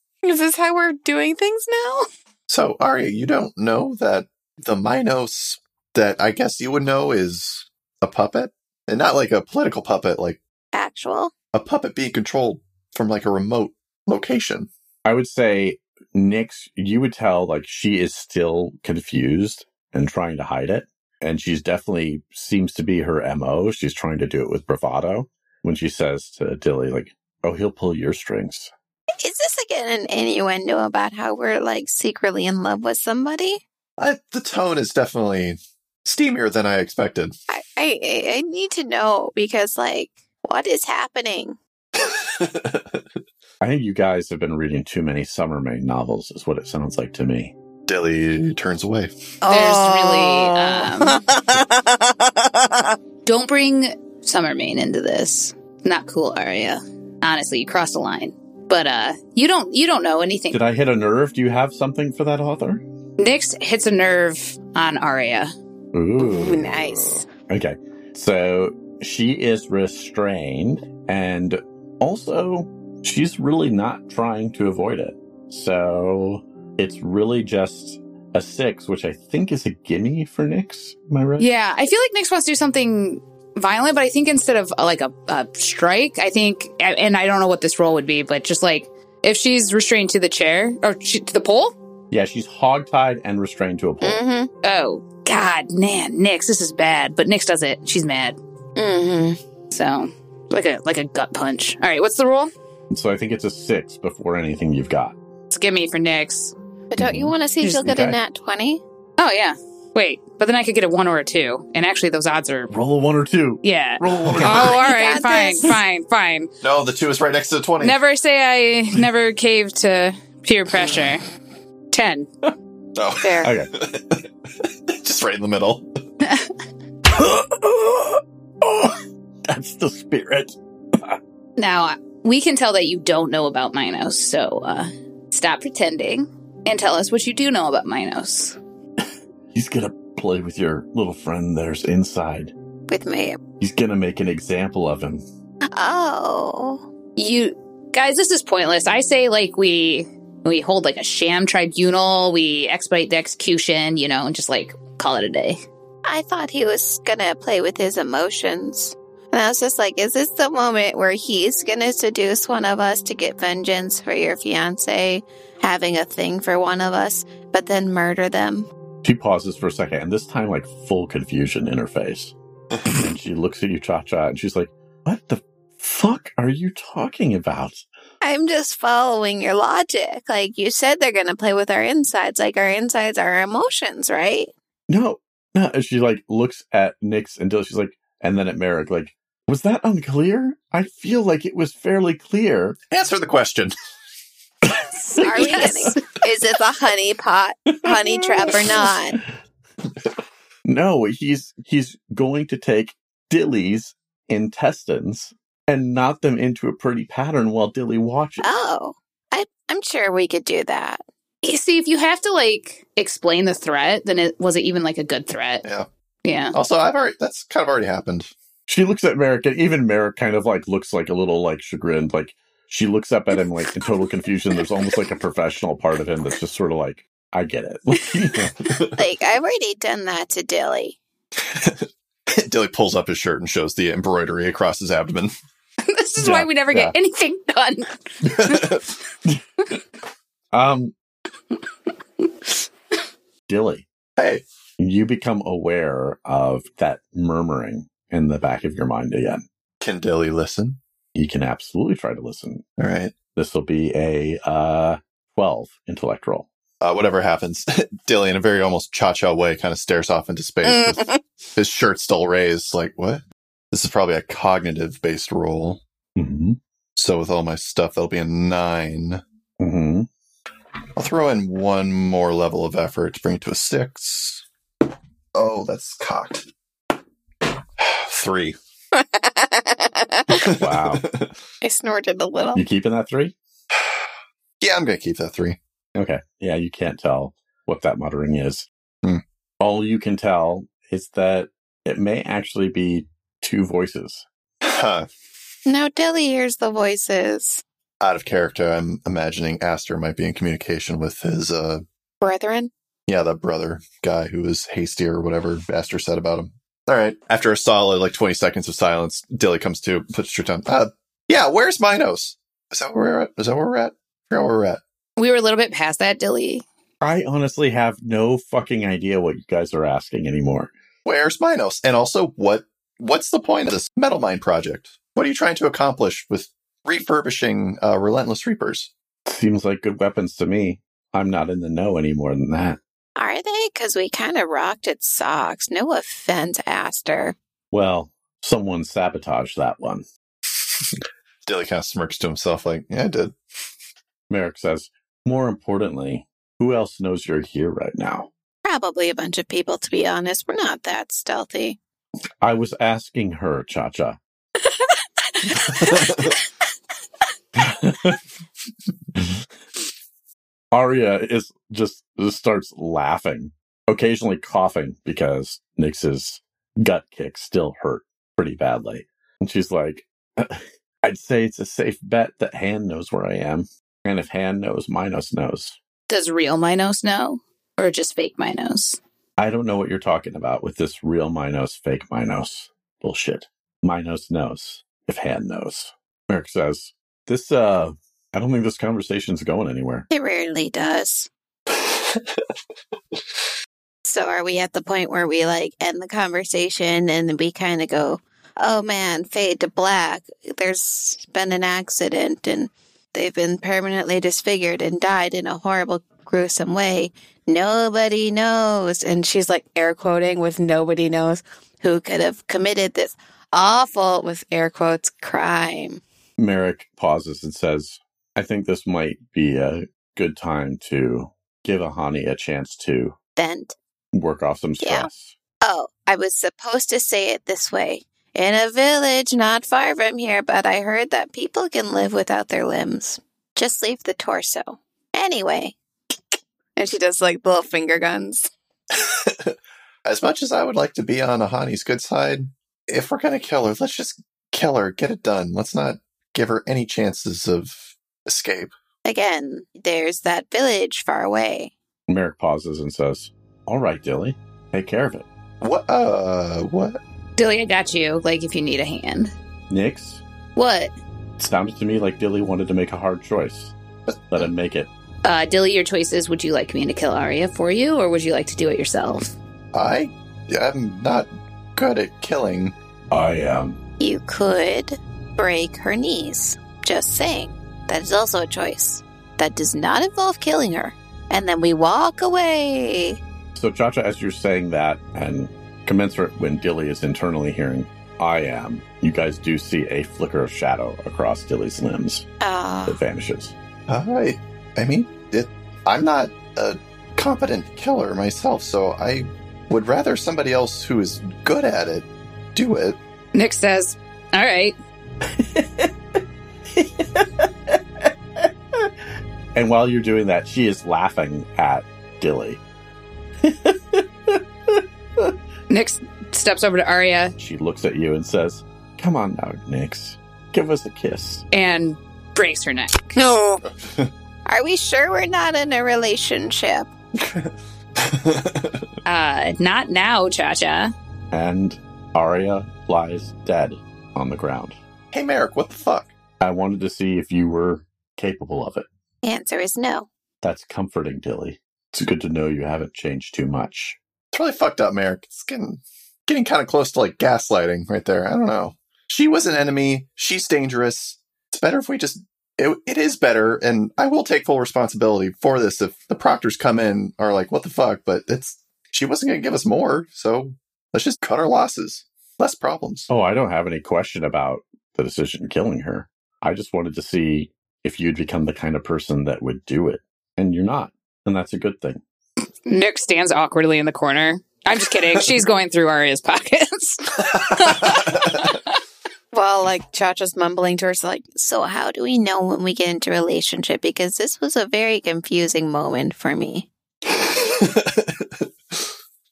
[SPEAKER 2] is this how we're doing things now?
[SPEAKER 3] so, Arya, you don't know that the Minos that I guess you would know is a puppet? And not like a political puppet, like
[SPEAKER 2] Actual.
[SPEAKER 3] a puppet being controlled from like a remote location.
[SPEAKER 1] I would say, Nyx, you would tell like she is still confused and trying to hide it. And she's definitely seems to be her MO. She's trying to do it with bravado when she says to Dilly, like, oh, he'll pull your strings.
[SPEAKER 2] Is this again an innuendo about how we're like secretly in love with somebody?
[SPEAKER 3] I, the tone is definitely steamier than I expected.
[SPEAKER 2] I I, I- I need to know because like what is happening?
[SPEAKER 1] I think you guys have been reading too many summer main novels, is what it sounds like to me.
[SPEAKER 3] Dilly turns away.
[SPEAKER 2] Oh.
[SPEAKER 4] Oh.
[SPEAKER 2] really.
[SPEAKER 4] um, Don't bring Summer Main into this. Not cool, Arya. Honestly, you crossed the line. But uh, you don't you don't know anything.
[SPEAKER 1] Did I hit a nerve? Do you have something for that author?
[SPEAKER 4] Nyx hits a nerve on Arya.
[SPEAKER 1] Ooh.
[SPEAKER 2] Ooh, nice.
[SPEAKER 1] Okay. So she is restrained and also she's really not trying to avoid it. So it's really just a six, which I think is a gimme for Nyx. Am I right?
[SPEAKER 4] Yeah, I feel like Nyx wants to do something violent, but I think instead of uh, like a, a strike, I think, and I don't know what this role would be, but just like if she's restrained to the chair or she, to the pole,
[SPEAKER 1] Yeah, she's hogtied and restrained to a pole.
[SPEAKER 2] Mm-hmm.
[SPEAKER 4] Oh, God, man, Nyx, this is bad. But Nyx does it. She's mad.
[SPEAKER 2] Mm-hmm.
[SPEAKER 4] So, like a like a gut punch. All right, what's the rule?
[SPEAKER 1] So I think it's a six before anything you've got.
[SPEAKER 4] It's gimme for Nyx.
[SPEAKER 2] But don't you want to see if she'll get
[SPEAKER 1] Okay.
[SPEAKER 2] a nat 20?
[SPEAKER 4] Oh, yeah. Wait, but then I could get a one or a two. And actually, those odds are.
[SPEAKER 1] Roll a one or two.
[SPEAKER 4] Yeah.
[SPEAKER 1] Roll a one or
[SPEAKER 4] Oh,
[SPEAKER 1] two.
[SPEAKER 2] God,
[SPEAKER 4] all
[SPEAKER 2] you
[SPEAKER 4] right,
[SPEAKER 2] got
[SPEAKER 4] fine,
[SPEAKER 2] this.
[SPEAKER 4] fine, fine.
[SPEAKER 3] No, the two is right next to the 20.
[SPEAKER 4] Never say I never caved to peer pressure. 10.
[SPEAKER 3] No,
[SPEAKER 2] Fair.
[SPEAKER 1] Okay.
[SPEAKER 3] just right in the middle.
[SPEAKER 1] That's the spirit.
[SPEAKER 4] Now, we can tell that you don't know about Minos, so uh, stop pretending and tell us what you do know about Minos.
[SPEAKER 1] He's gonna play with your little friend there's inside.
[SPEAKER 2] With me.
[SPEAKER 1] He's gonna make an example of him.
[SPEAKER 2] Oh.
[SPEAKER 4] You guys, this is pointless. I say like we we hold like a sham tribunal, we expedite the execution, you know, and just like call it a day.
[SPEAKER 2] I thought he was going to play with his emotions. And I was just like, is this the moment where he's going to seduce one of us to get vengeance for your fiance having a thing for one of us, but then murder them?
[SPEAKER 1] She pauses for a second, and this time, like full confusion in her face. and she looks at you, Cha Cha, and she's like, What the fuck are you talking about?
[SPEAKER 2] I'm just following your logic. Like, you said they're going to play with our insides. Like, our insides are our emotions, right?
[SPEAKER 1] No, no. And she like looks at Nix until she's like, and then at Merrick, like, Was that unclear? I feel like it was fairly clear.
[SPEAKER 3] Answer the question.
[SPEAKER 2] Are we getting? Is this a honey pot, honey trap, or not?
[SPEAKER 1] No, he's he's going to take Dilly's intestines and knot them into a pretty pattern while Dilly watches.
[SPEAKER 2] Oh, I, I'm sure we could do that.
[SPEAKER 4] You see, if you have to like explain the threat, then it was it even like a good threat?
[SPEAKER 3] Yeah.
[SPEAKER 4] Yeah.
[SPEAKER 3] Also, I've already that's kind of already happened.
[SPEAKER 1] She looks at Merrick, and even Merrick kind of like looks like a little like chagrined. Like she looks up at him like in total confusion. There's almost like a professional part of him that's just sort of like, I get it.
[SPEAKER 2] Like, I've already done that to Dilly.
[SPEAKER 3] Dilly pulls up his shirt and shows the embroidery across his abdomen.
[SPEAKER 4] this is
[SPEAKER 1] Yeah,
[SPEAKER 4] why we never get anything done.
[SPEAKER 1] um, Dilly,
[SPEAKER 3] hey,
[SPEAKER 1] you become aware of that murmuring in the back of your mind again.
[SPEAKER 3] can Dilly listen?
[SPEAKER 1] You can absolutely try to listen.
[SPEAKER 3] All right.
[SPEAKER 1] This will be a uh, 12 intellect roll.
[SPEAKER 3] Uh, whatever happens, Dilly in a very almost cha cha way kind of stares off into space with
[SPEAKER 2] Mm.
[SPEAKER 3] his shirt still raised. Like, what? This is probably a cognitive based role.
[SPEAKER 1] Mm-hmm.
[SPEAKER 3] So, with all my stuff, that'll be a nine.
[SPEAKER 1] Mm-hmm.
[SPEAKER 3] I'll throw in one more level of effort to bring it to a six. Oh, that's cocked. Three.
[SPEAKER 1] Wow.
[SPEAKER 2] I snorted a little.
[SPEAKER 1] You keeping that three?
[SPEAKER 3] yeah, I'm going to keep that three.
[SPEAKER 1] Okay. Yeah, you can't tell what that muttering is.
[SPEAKER 3] Hmm.
[SPEAKER 1] All you can tell is that it may actually be two voices.
[SPEAKER 3] Huh.
[SPEAKER 2] No, Dilly hears the voices.
[SPEAKER 3] Out of character, I'm imagining Aster might be in communication with his, uh,
[SPEAKER 2] Brethren?
[SPEAKER 3] yeah, that brother guy who was hasty or whatever Aster said about him. All right. After a solid, like, 20 seconds of silence, Dilly comes to, puts her down. Uh, yeah, where's Minos? Is that where we're at? Is that where we're at? I forgot where we're at.
[SPEAKER 4] We were a little bit past that, Dilly.
[SPEAKER 1] I honestly have no fucking idea what you guys are asking anymore.
[SPEAKER 3] where's Minos? And also, what what's the point of this metal mine project? What are you trying to accomplish with refurbishing uh, Relentless Reapers?
[SPEAKER 1] Seems like good weapons to me. I'm not in the know any more than that.
[SPEAKER 2] Are they? Because we kind of rocked its socks. No offense, Aster.
[SPEAKER 1] Well, someone sabotaged that one.
[SPEAKER 3] Dilly kind of smirks to himself, like, "Yeah, I did."
[SPEAKER 1] Merrick says, more importantly, who else knows you're here right now?
[SPEAKER 2] Probably a bunch of people, to be honest. We're not that stealthy.
[SPEAKER 1] I was asking her, Cha Cha. Arya is just, just starts laughing, occasionally coughing because Nix's gut kick still hurt pretty badly. And she's like, "Uh, I'd say it's a safe bet that Han knows where I am. And if Han knows, Minos knows.
[SPEAKER 4] Does real Minos know? Or just fake Minos?
[SPEAKER 1] I don't know what you're talking about with this real Minos, fake Minos bullshit. Minos knows if Han knows. Merrick says, This, uh, I don't think this conversation's going anywhere.
[SPEAKER 2] It rarely does. So are we at the point where we like end the conversation and we kind of go, "Oh man, fade to black. There's been an accident and they've been permanently disfigured and died in a horrible gruesome way. Nobody knows." And she's like air quoting with nobody knows who could have committed this awful with air quotes crime.
[SPEAKER 1] Merrick pauses and says, I think this might be a good time to give Ahani a chance to
[SPEAKER 2] Bent.
[SPEAKER 1] work off some
[SPEAKER 2] Yeah.
[SPEAKER 1] stress.
[SPEAKER 2] Oh, I was supposed to say it this way. In a village not far from here, but I heard that people can live without their limbs. Just leave the torso. Anyway. And she does like little finger guns.
[SPEAKER 3] As much as I would like to be on Ahani's good side, if we're going to kill her, let's just kill her, get it done. Let's not give her any chances of escape.
[SPEAKER 2] Again, there's that village far away.
[SPEAKER 1] Merrick pauses and says, All right, Dilly, take care of it.
[SPEAKER 3] What? Uh, what?
[SPEAKER 4] Dilly, I got you. Like, if you need a hand.
[SPEAKER 1] Nix,
[SPEAKER 4] What?
[SPEAKER 1] it sounded to me like Dilly wanted to make a hard choice. Let him make it.
[SPEAKER 4] Uh, Dilly, your choice is would you like me to kill Arya for you, or would you like to do it yourself?
[SPEAKER 3] I am not good at killing.
[SPEAKER 1] I um, am.
[SPEAKER 2] You could break her knees. Just saying. That is also a choice. That does not involve killing her. And then we walk away.
[SPEAKER 1] So, Chacha, as you're saying that, and commensurate when Dilly is internally hearing, I am, you guys do see a flicker of shadow across Dilly's limbs
[SPEAKER 2] Ah.
[SPEAKER 1] that vanishes.
[SPEAKER 3] I, I mean, it, I'm not a competent killer myself, so I would rather somebody else who is good at it do it.
[SPEAKER 4] Nick says, All right.
[SPEAKER 1] And while you're doing that, she is laughing at Dilly.
[SPEAKER 4] Nick s- steps over to Arya
[SPEAKER 1] She looks at you and says, Come on now, Nix. Give us a kiss.
[SPEAKER 4] and breaks her neck.
[SPEAKER 2] No. Are we sure we're not in a relationship?
[SPEAKER 4] Uh, not now, Cha Cha.
[SPEAKER 1] And Arya lies dead on the ground.
[SPEAKER 3] hey, Merrick, what the fuck?
[SPEAKER 1] I wanted to see if you were capable of it.
[SPEAKER 2] Answer is no.
[SPEAKER 1] That's comforting, Dilly. It's good to know you haven't changed too much.
[SPEAKER 3] It's really fucked up, Merrick. It's getting getting kind of close to like gaslighting right there. I don't know. She was an enemy. She's dangerous. It's better if we just. It, it is better, and I will take full responsibility for this. If the proctors come in are like, "What the fuck?" But it's she wasn't going to give us more, so let's just cut our losses. Less problems.
[SPEAKER 1] Oh, I don't have any question about the decision killing her. I just wanted to see if you'd become the kind of person that would do it. And you're not. And that's a good thing.
[SPEAKER 4] Nick stands awkwardly in the corner. I'm just kidding. She's going through Arya's pockets.
[SPEAKER 2] Well, like Chacha's mumbling to herself, like, so how do we know when we get into a relationship? Because this was a very confusing moment for me.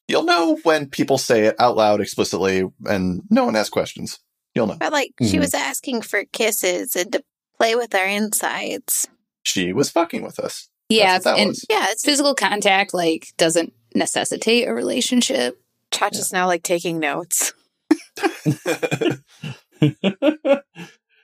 [SPEAKER 3] You'll know when people say it out loud explicitly, and no one asks questions. You'll know.
[SPEAKER 2] But like, she
[SPEAKER 1] Mhm.
[SPEAKER 2] was asking for kisses and to play with our insides.
[SPEAKER 3] She was fucking with us.
[SPEAKER 4] yeah,
[SPEAKER 3] That's what that
[SPEAKER 4] and
[SPEAKER 3] was.
[SPEAKER 2] Yeah, it's,
[SPEAKER 4] physical contact like doesn't necessitate a relationship.
[SPEAKER 2] Chacha's now like taking notes,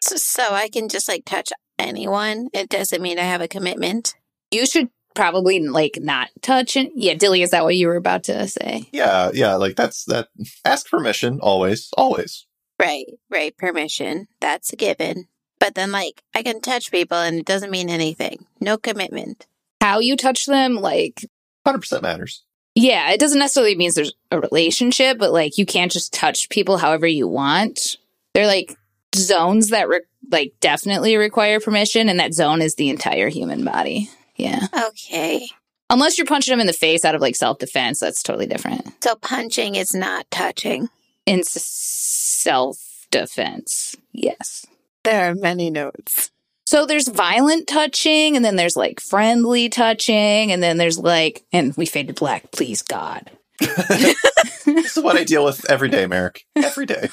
[SPEAKER 2] so, so I can just like touch anyone. It doesn't mean I have a commitment.
[SPEAKER 4] You should probably like not touch it. Yeah, Dilly, is that what you were about to say?
[SPEAKER 3] Yeah, yeah, like that's that. Ask permission always, always.
[SPEAKER 2] Right, right. Permission. That's a given. But then, like, I can touch people and it doesn't mean anything. No commitment.
[SPEAKER 4] How you touch them, like
[SPEAKER 3] Hundred percent matters.
[SPEAKER 4] yeah, it doesn't necessarily means there's a relationship, but like you can't just touch people however you want. They're like zones that re- like definitely require permission, and that zone is the entire human body. Yeah,
[SPEAKER 2] Okay.
[SPEAKER 4] unless you're punching them in the face out of like self defense, that's totally different.
[SPEAKER 2] So punching is not touching.
[SPEAKER 4] In s- self defense, yes.
[SPEAKER 2] There are many notes.
[SPEAKER 4] So there's violent touching, and then there's like friendly touching, and then there's like, and we faded black, please God.
[SPEAKER 3] This is what I deal with every day, Merrick. Every day.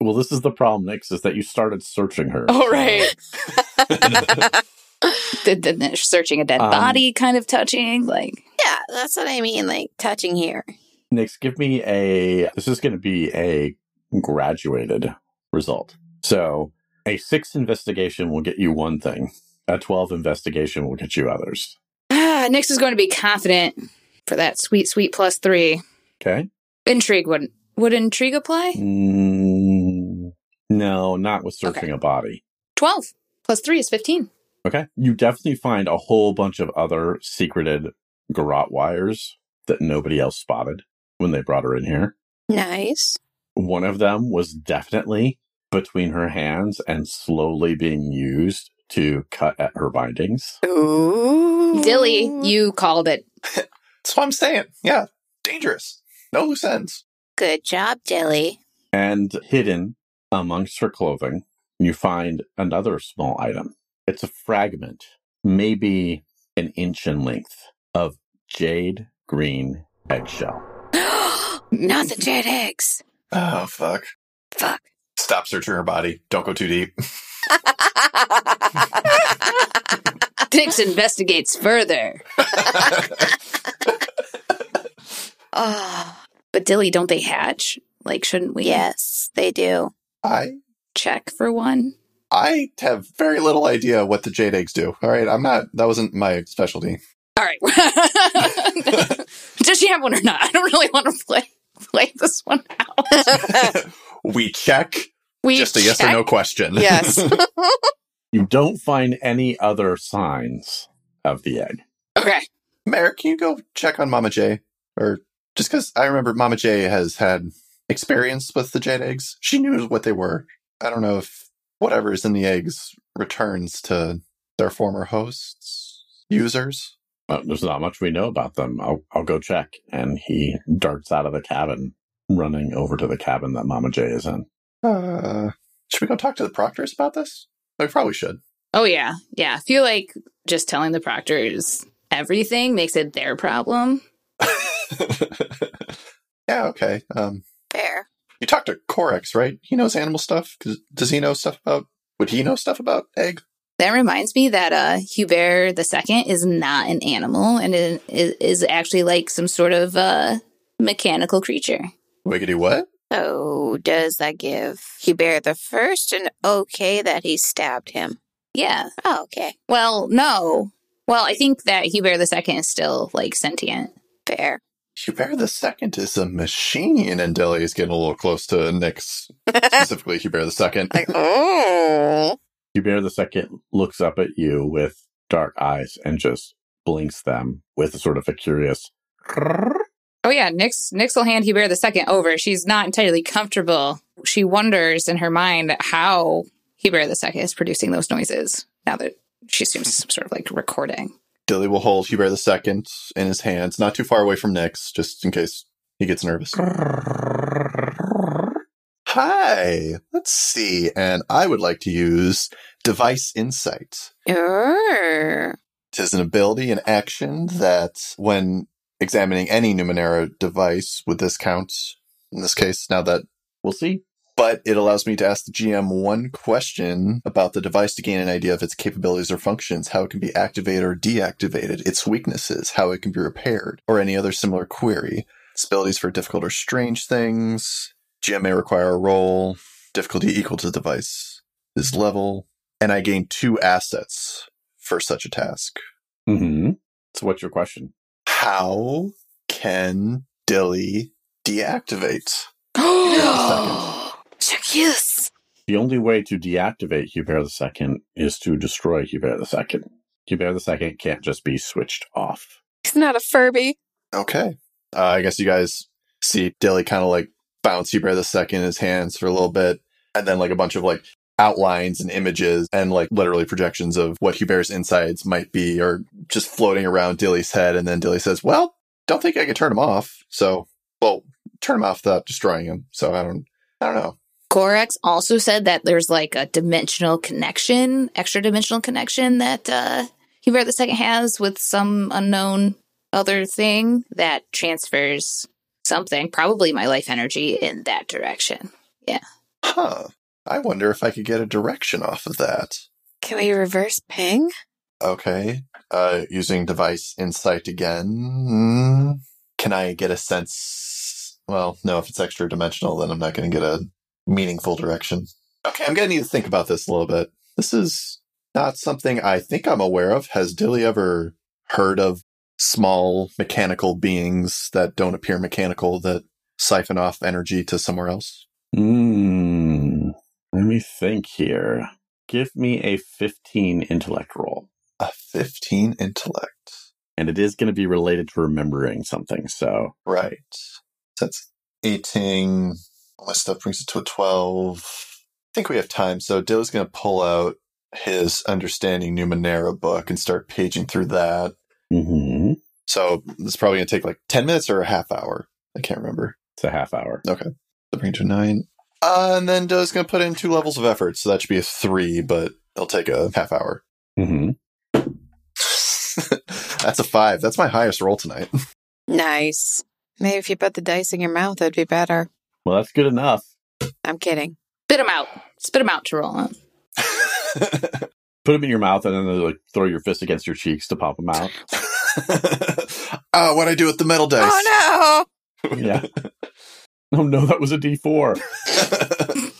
[SPEAKER 1] well, this is the problem, Nix, is that you started searching her.
[SPEAKER 4] Oh, right. Then then they're searching a dead
[SPEAKER 1] Um,
[SPEAKER 4] body kind of touching, like
[SPEAKER 2] Yeah, that's what I mean, like touching here.
[SPEAKER 1] Nix, give me a. This is going to be a graduated result. So a six investigation will get you one thing, a 12 investigation will get you others.
[SPEAKER 4] Uh, Nyx is going to be confident for that sweet, sweet plus three.
[SPEAKER 1] Okay.
[SPEAKER 4] Intrigue wouldn't. Would intrigue apply?
[SPEAKER 1] Mm, no, not with searching a body.
[SPEAKER 4] 12 plus three is 15.
[SPEAKER 1] Okay. You definitely find a whole bunch of other secreted garrote wires that nobody else spotted when they brought her in here.
[SPEAKER 2] Nice.
[SPEAKER 1] One of them was definitely between her hands and slowly being used to cut at her bindings.
[SPEAKER 2] Ooh.
[SPEAKER 4] Dilly, you called it.
[SPEAKER 3] That's what I'm saying. Yeah. Dangerous. No loose ends.
[SPEAKER 2] Good job, Dilly.
[SPEAKER 1] And hidden amongst her clothing, you find another small item. It's a fragment, maybe an inch in length, of jade green eggshell.
[SPEAKER 2] Not the jade eggs.
[SPEAKER 3] Oh, fuck.
[SPEAKER 2] Fuck.
[SPEAKER 3] Stop searching her body. Don't go too deep.
[SPEAKER 4] Nyx investigates further.
[SPEAKER 2] oh,
[SPEAKER 4] But Dilly, don't they hatch? Like, shouldn't we
[SPEAKER 2] yes, they do.
[SPEAKER 3] I
[SPEAKER 4] check for one?
[SPEAKER 3] I have very little idea what the jade eggs do. All right. I'm not, that wasn't my specialty.
[SPEAKER 4] All right. Does she have one or not? I don't really want to play play this one out.
[SPEAKER 3] We check.
[SPEAKER 4] We
[SPEAKER 3] Just a yes or
[SPEAKER 4] check-
[SPEAKER 3] no question.
[SPEAKER 2] Yes.
[SPEAKER 1] You don't find any other signs of the egg.
[SPEAKER 4] Okay.
[SPEAKER 3] Mayor, can you go check on Mama J? Or just because I remember Mama J has had experience with the jade eggs. She knew what they were. I don't know if whatever is in the eggs returns to their former hosts, users.
[SPEAKER 1] Uh, there's not much we know about them. I'll, I'll go check. And he darts out of the cabin, running over to the cabin that Mama Jay is in.
[SPEAKER 3] Uh, should we go talk to the proctors about this? We probably should.
[SPEAKER 4] Oh yeah, yeah. I feel like just telling the proctors everything makes it their problem.
[SPEAKER 3] yeah, okay. Um,
[SPEAKER 2] Fair.
[SPEAKER 3] you talked to Corex, right? He knows animal stuff. 'Cause- Does he know stuff about? Would he know stuff about egg?
[SPEAKER 4] That reminds me that uh, Hubert II is not an animal and is, is actually like some sort of uh, mechanical creature.
[SPEAKER 3] Wiggity what?
[SPEAKER 2] So, does that give Hubert the first an okay that he stabbed him?
[SPEAKER 4] Yeah.
[SPEAKER 2] Oh, okay.
[SPEAKER 4] Well, no. Well, I think that Hubert II is still like sentient.
[SPEAKER 2] Fair.
[SPEAKER 3] Hubert the Second is a machine, and Deli is getting a little close to Nick's specifically Hubert the Second.
[SPEAKER 2] Like,
[SPEAKER 4] Mm.
[SPEAKER 2] oh.
[SPEAKER 1] Hubert the second looks up at you with dark eyes and just blinks them with a sort of a curious.
[SPEAKER 4] Oh yeah, Nix Nix will hand Hubert II over. She's not entirely comfortable. She wonders in her mind how Hubert II is producing those noises. Now that she assumes it's some sort of like recording.
[SPEAKER 3] Dilly will hold Hubert the Second in his hands, not too far away from Nick's, just in case he gets nervous. Hi, let's see, and I would like to use Device Insight.
[SPEAKER 2] Err.
[SPEAKER 3] It is an ability and action that, when examining any Numenera device, would this count? In this case, now that
[SPEAKER 1] We'll see.
[SPEAKER 3] but it allows me to ask the GM one question about the device to gain an idea of its capabilities or functions, how it can be activated or deactivated, its weaknesses, how it can be repaired, or any other similar query. Its abilities for difficult or strange things. GM may require a roll, difficulty equal to the device, is level, and I gain two assets for such a task.
[SPEAKER 1] Mm-hmm. So, what's your question?
[SPEAKER 3] How can Dilly deactivate?
[SPEAKER 2] Yes.
[SPEAKER 1] The only way to deactivate Hubert the second is to destroy Hubert the second. Hubert the second can't just be switched off.
[SPEAKER 2] He's not a Furby.
[SPEAKER 3] Okay. Uh, I guess you guys see Dilly kind of like bouncy bear the second in his hands for a little bit, and then like a bunch of like outlines and images and like literally projections of what Hubert's insides might be or just floating around Dilly's head. And then Dilly says, Well, don't think I could turn him off. So, well, turn him off without destroying him. So I don't, I don't know.
[SPEAKER 4] Gorex also said that there's like a dimensional connection, extra dimensional connection that uh Hubert II has with some unknown other thing that transfers something, probably my life energy, in that direction.
[SPEAKER 3] Huh. I wonder if I could get a direction off of that.
[SPEAKER 2] Can we reverse ping?
[SPEAKER 3] Okay. Uh, using device insight again. Can I get a sense? Well, no, if it's extra dimensional, then I'm not going to get a meaningful direction. Okay, I'm going to need to think about this a little bit. This is not something I think I'm aware of. Has Dilly ever heard of small mechanical beings that don't appear mechanical that siphon off energy to somewhere else.
[SPEAKER 1] Mm, let me think here. Give me a 15 intellect roll.
[SPEAKER 3] A 15 intellect.
[SPEAKER 1] And it is going to be related to remembering something. So
[SPEAKER 3] Right. That's 18. All my stuff brings it to a 12. I think we have time. So Dilly's going to pull out his Understanding Numenera book and start paging through that.
[SPEAKER 1] mhm,
[SPEAKER 3] So it's probably going to take like 10 minutes or a half hour. I can't remember.
[SPEAKER 1] it's a half hour.
[SPEAKER 3] So bring it to a 9. Uh, and then Doe's going to put in two levels of effort. So that should be a 3, but it'll take a half hour.
[SPEAKER 1] hmm
[SPEAKER 3] That's a 5. That's my highest roll tonight.
[SPEAKER 2] Nice. Maybe if you put the dice in your mouth, it'd be better.
[SPEAKER 1] Well, that's good enough.
[SPEAKER 2] I'm kidding.
[SPEAKER 4] Spit them out. Spit them out to roll on.
[SPEAKER 1] Put them in your mouth and then like, throw your fist against your cheeks to pop them out.
[SPEAKER 3] Ah, what I do with the metal dice.
[SPEAKER 2] Oh
[SPEAKER 1] Yeah. oh no, that was a D4.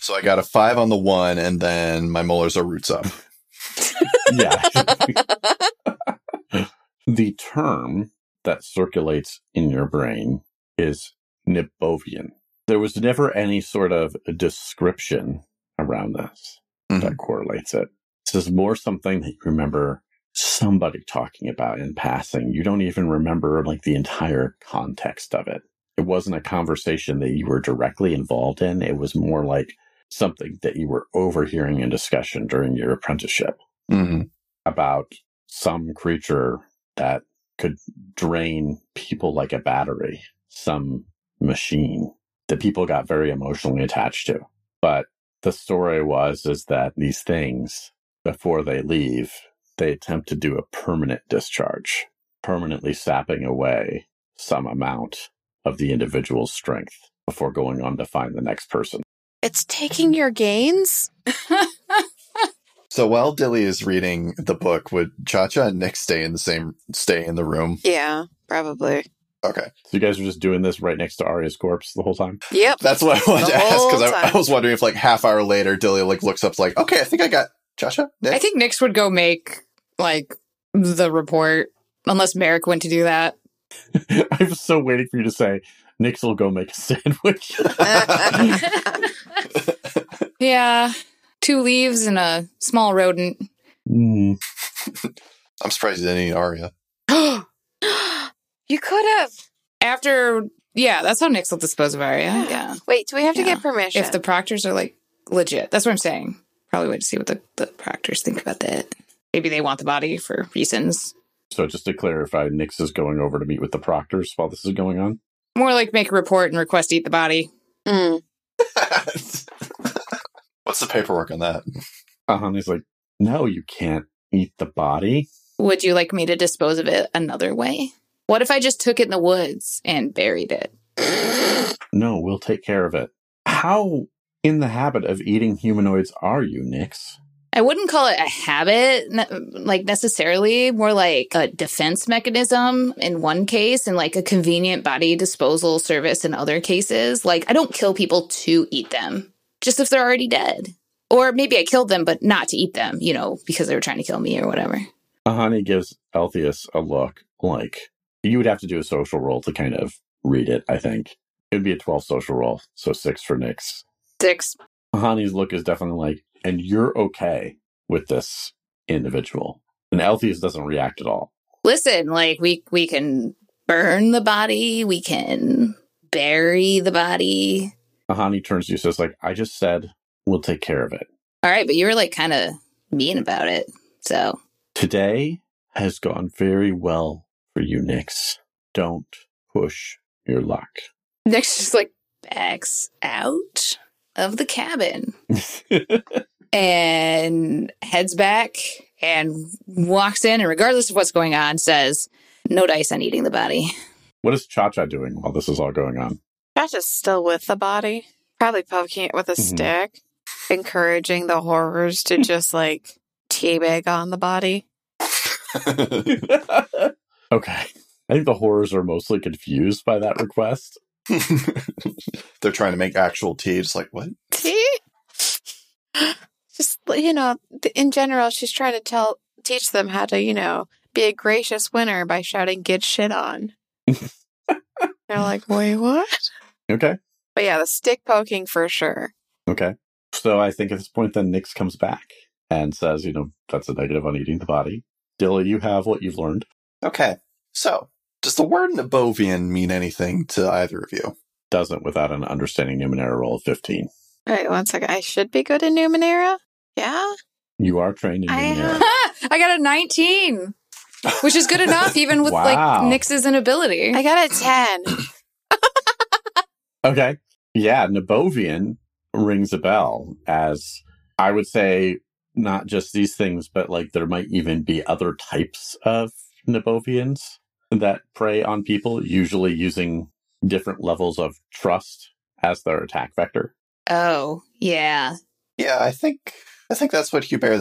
[SPEAKER 3] so I got a five on the one, and then my molars are roots up.
[SPEAKER 1] yeah. the term that circulates in your brain is Nibovian. There was never any sort of description around this that correlates it. This is more something that you remember somebody talking about in passing. You don't even remember like the entire context of it. It wasn't a conversation that you were directly involved in. It was more like something that you were overhearing in discussion during your apprenticeship
[SPEAKER 3] Mm-hmm.
[SPEAKER 1] about some creature that could drain people like a battery, some machine that people got very emotionally attached to. But the story was is that these things, before they leave, they attempt to do a permanent discharge, permanently sapping away some amount of the individual's strength before going on to find the next person.
[SPEAKER 2] It's taking your gains?
[SPEAKER 3] So while Dilly is reading the book, would Cha Cha and Nick stay in the same stay in the room?
[SPEAKER 2] Yeah, probably.
[SPEAKER 3] Okay,
[SPEAKER 1] So you guys are just doing this right next to Arya's corpse the whole time?
[SPEAKER 2] Yep.
[SPEAKER 3] that's what I wanted
[SPEAKER 2] The
[SPEAKER 3] to ask because
[SPEAKER 2] whole
[SPEAKER 3] I,
[SPEAKER 2] time.
[SPEAKER 3] I was wondering if like half hour later, Dilly like looks up like, okay, I think I got Cha Cha. Nick.
[SPEAKER 4] I think Nyx would go make like the report, unless Merrick went to do that.
[SPEAKER 1] I was so waiting for you to say, Nix will go make a sandwich.
[SPEAKER 4] yeah, two leaves and a small rodent.
[SPEAKER 1] Mm.
[SPEAKER 3] I'm surprised you didn't eat Aria.
[SPEAKER 2] you could have.
[SPEAKER 4] After yeah, that's how Nyx will dispose of Arya. Yeah,
[SPEAKER 2] Wait, do we have to
[SPEAKER 4] Yeah.
[SPEAKER 2] get permission?
[SPEAKER 4] if the proctors are like legit, that's what I'm saying. Probably wait to see what the, the proctors think about that. Maybe they want the body for reasons.
[SPEAKER 1] So just to clarify, Nix is going over to meet with the proctors while this is going on.
[SPEAKER 4] More like make a report and request to eat the body.
[SPEAKER 2] Mm.
[SPEAKER 3] What's the paperwork on that?
[SPEAKER 1] Uh-huh. And he's like, "No, you can't eat the body."
[SPEAKER 4] Would you like me to dispose of it another way? What if I just took it in the woods and buried it?
[SPEAKER 1] No, we'll take care of it. How in the habit of eating humanoids are you, Nix?
[SPEAKER 4] I wouldn't call it a habit, n- like necessarily, more like a defense mechanism in one case and like a convenient body disposal service in other cases. Like, I don't kill people to eat them, just if they're already dead. Or maybe I killed them, but not to eat them, you know, because they were trying to kill me or whatever.
[SPEAKER 1] Ahani Uh-huh, gives Altheus a look like you would have to do a social roll to kind of read it, I think. It would be a 12 social roll, so 6 for Nix.
[SPEAKER 4] Six.
[SPEAKER 1] Ahani's look is definitely like, "And you're okay with this individual." And Altheus doesn't react at all.
[SPEAKER 4] Listen, like, we, we can burn the body, we can bury the body.
[SPEAKER 1] Ahani turns to you and says, like, I just said, we'll take care of it.
[SPEAKER 4] All right, but you were like kind of mean about it. So
[SPEAKER 1] Today has gone very well for you, Nix. Don't push your luck.
[SPEAKER 4] Nick's just like backs out of the cabin and heads back and walks in and regardless of what's going on says no dice on eating the body
[SPEAKER 1] what is Cha Cha doing while this is all going on?
[SPEAKER 2] Josh is still with the body, probably poking it with a
[SPEAKER 1] Mhm.
[SPEAKER 2] stick, encouraging the horrors to just like teabag on the body.
[SPEAKER 1] okay. I think the horrors are mostly confused by that request.
[SPEAKER 3] They're trying to make actual tea. It's like what?
[SPEAKER 2] See? Just, you know, th- in general, she's trying to tell teach them how to, you know, be a gracious winner by shouting "get shit on." They're like, "Wait, what?"
[SPEAKER 1] Okay.
[SPEAKER 2] But yeah, the stick poking for sure.
[SPEAKER 1] Okay. So I think at this point, then Nix comes back and says, you know, that's a negative on eating the body. Dilla, you have what you've learned.
[SPEAKER 3] Okay. So, does the word Nabovian mean anything to either of you?
[SPEAKER 1] Doesn't without an understanding Numenera roll of 15.
[SPEAKER 2] All right, one second. I should be good in Numenera. Yeah,
[SPEAKER 1] You are trained in
[SPEAKER 2] I
[SPEAKER 1] Numenera.
[SPEAKER 2] am.
[SPEAKER 4] I got a 19, which is good enough, even with
[SPEAKER 1] Wow.
[SPEAKER 4] like Nix's inability.
[SPEAKER 2] I got a ten.
[SPEAKER 1] Okay. Yeah, Nabovian rings a bell as I would say not just these things, but like there might even be other types of Nabovians that prey on people, usually using different levels of trust as their attack vector.
[SPEAKER 4] oh, yeah.
[SPEAKER 3] Yeah, I think I think that's what Hubert II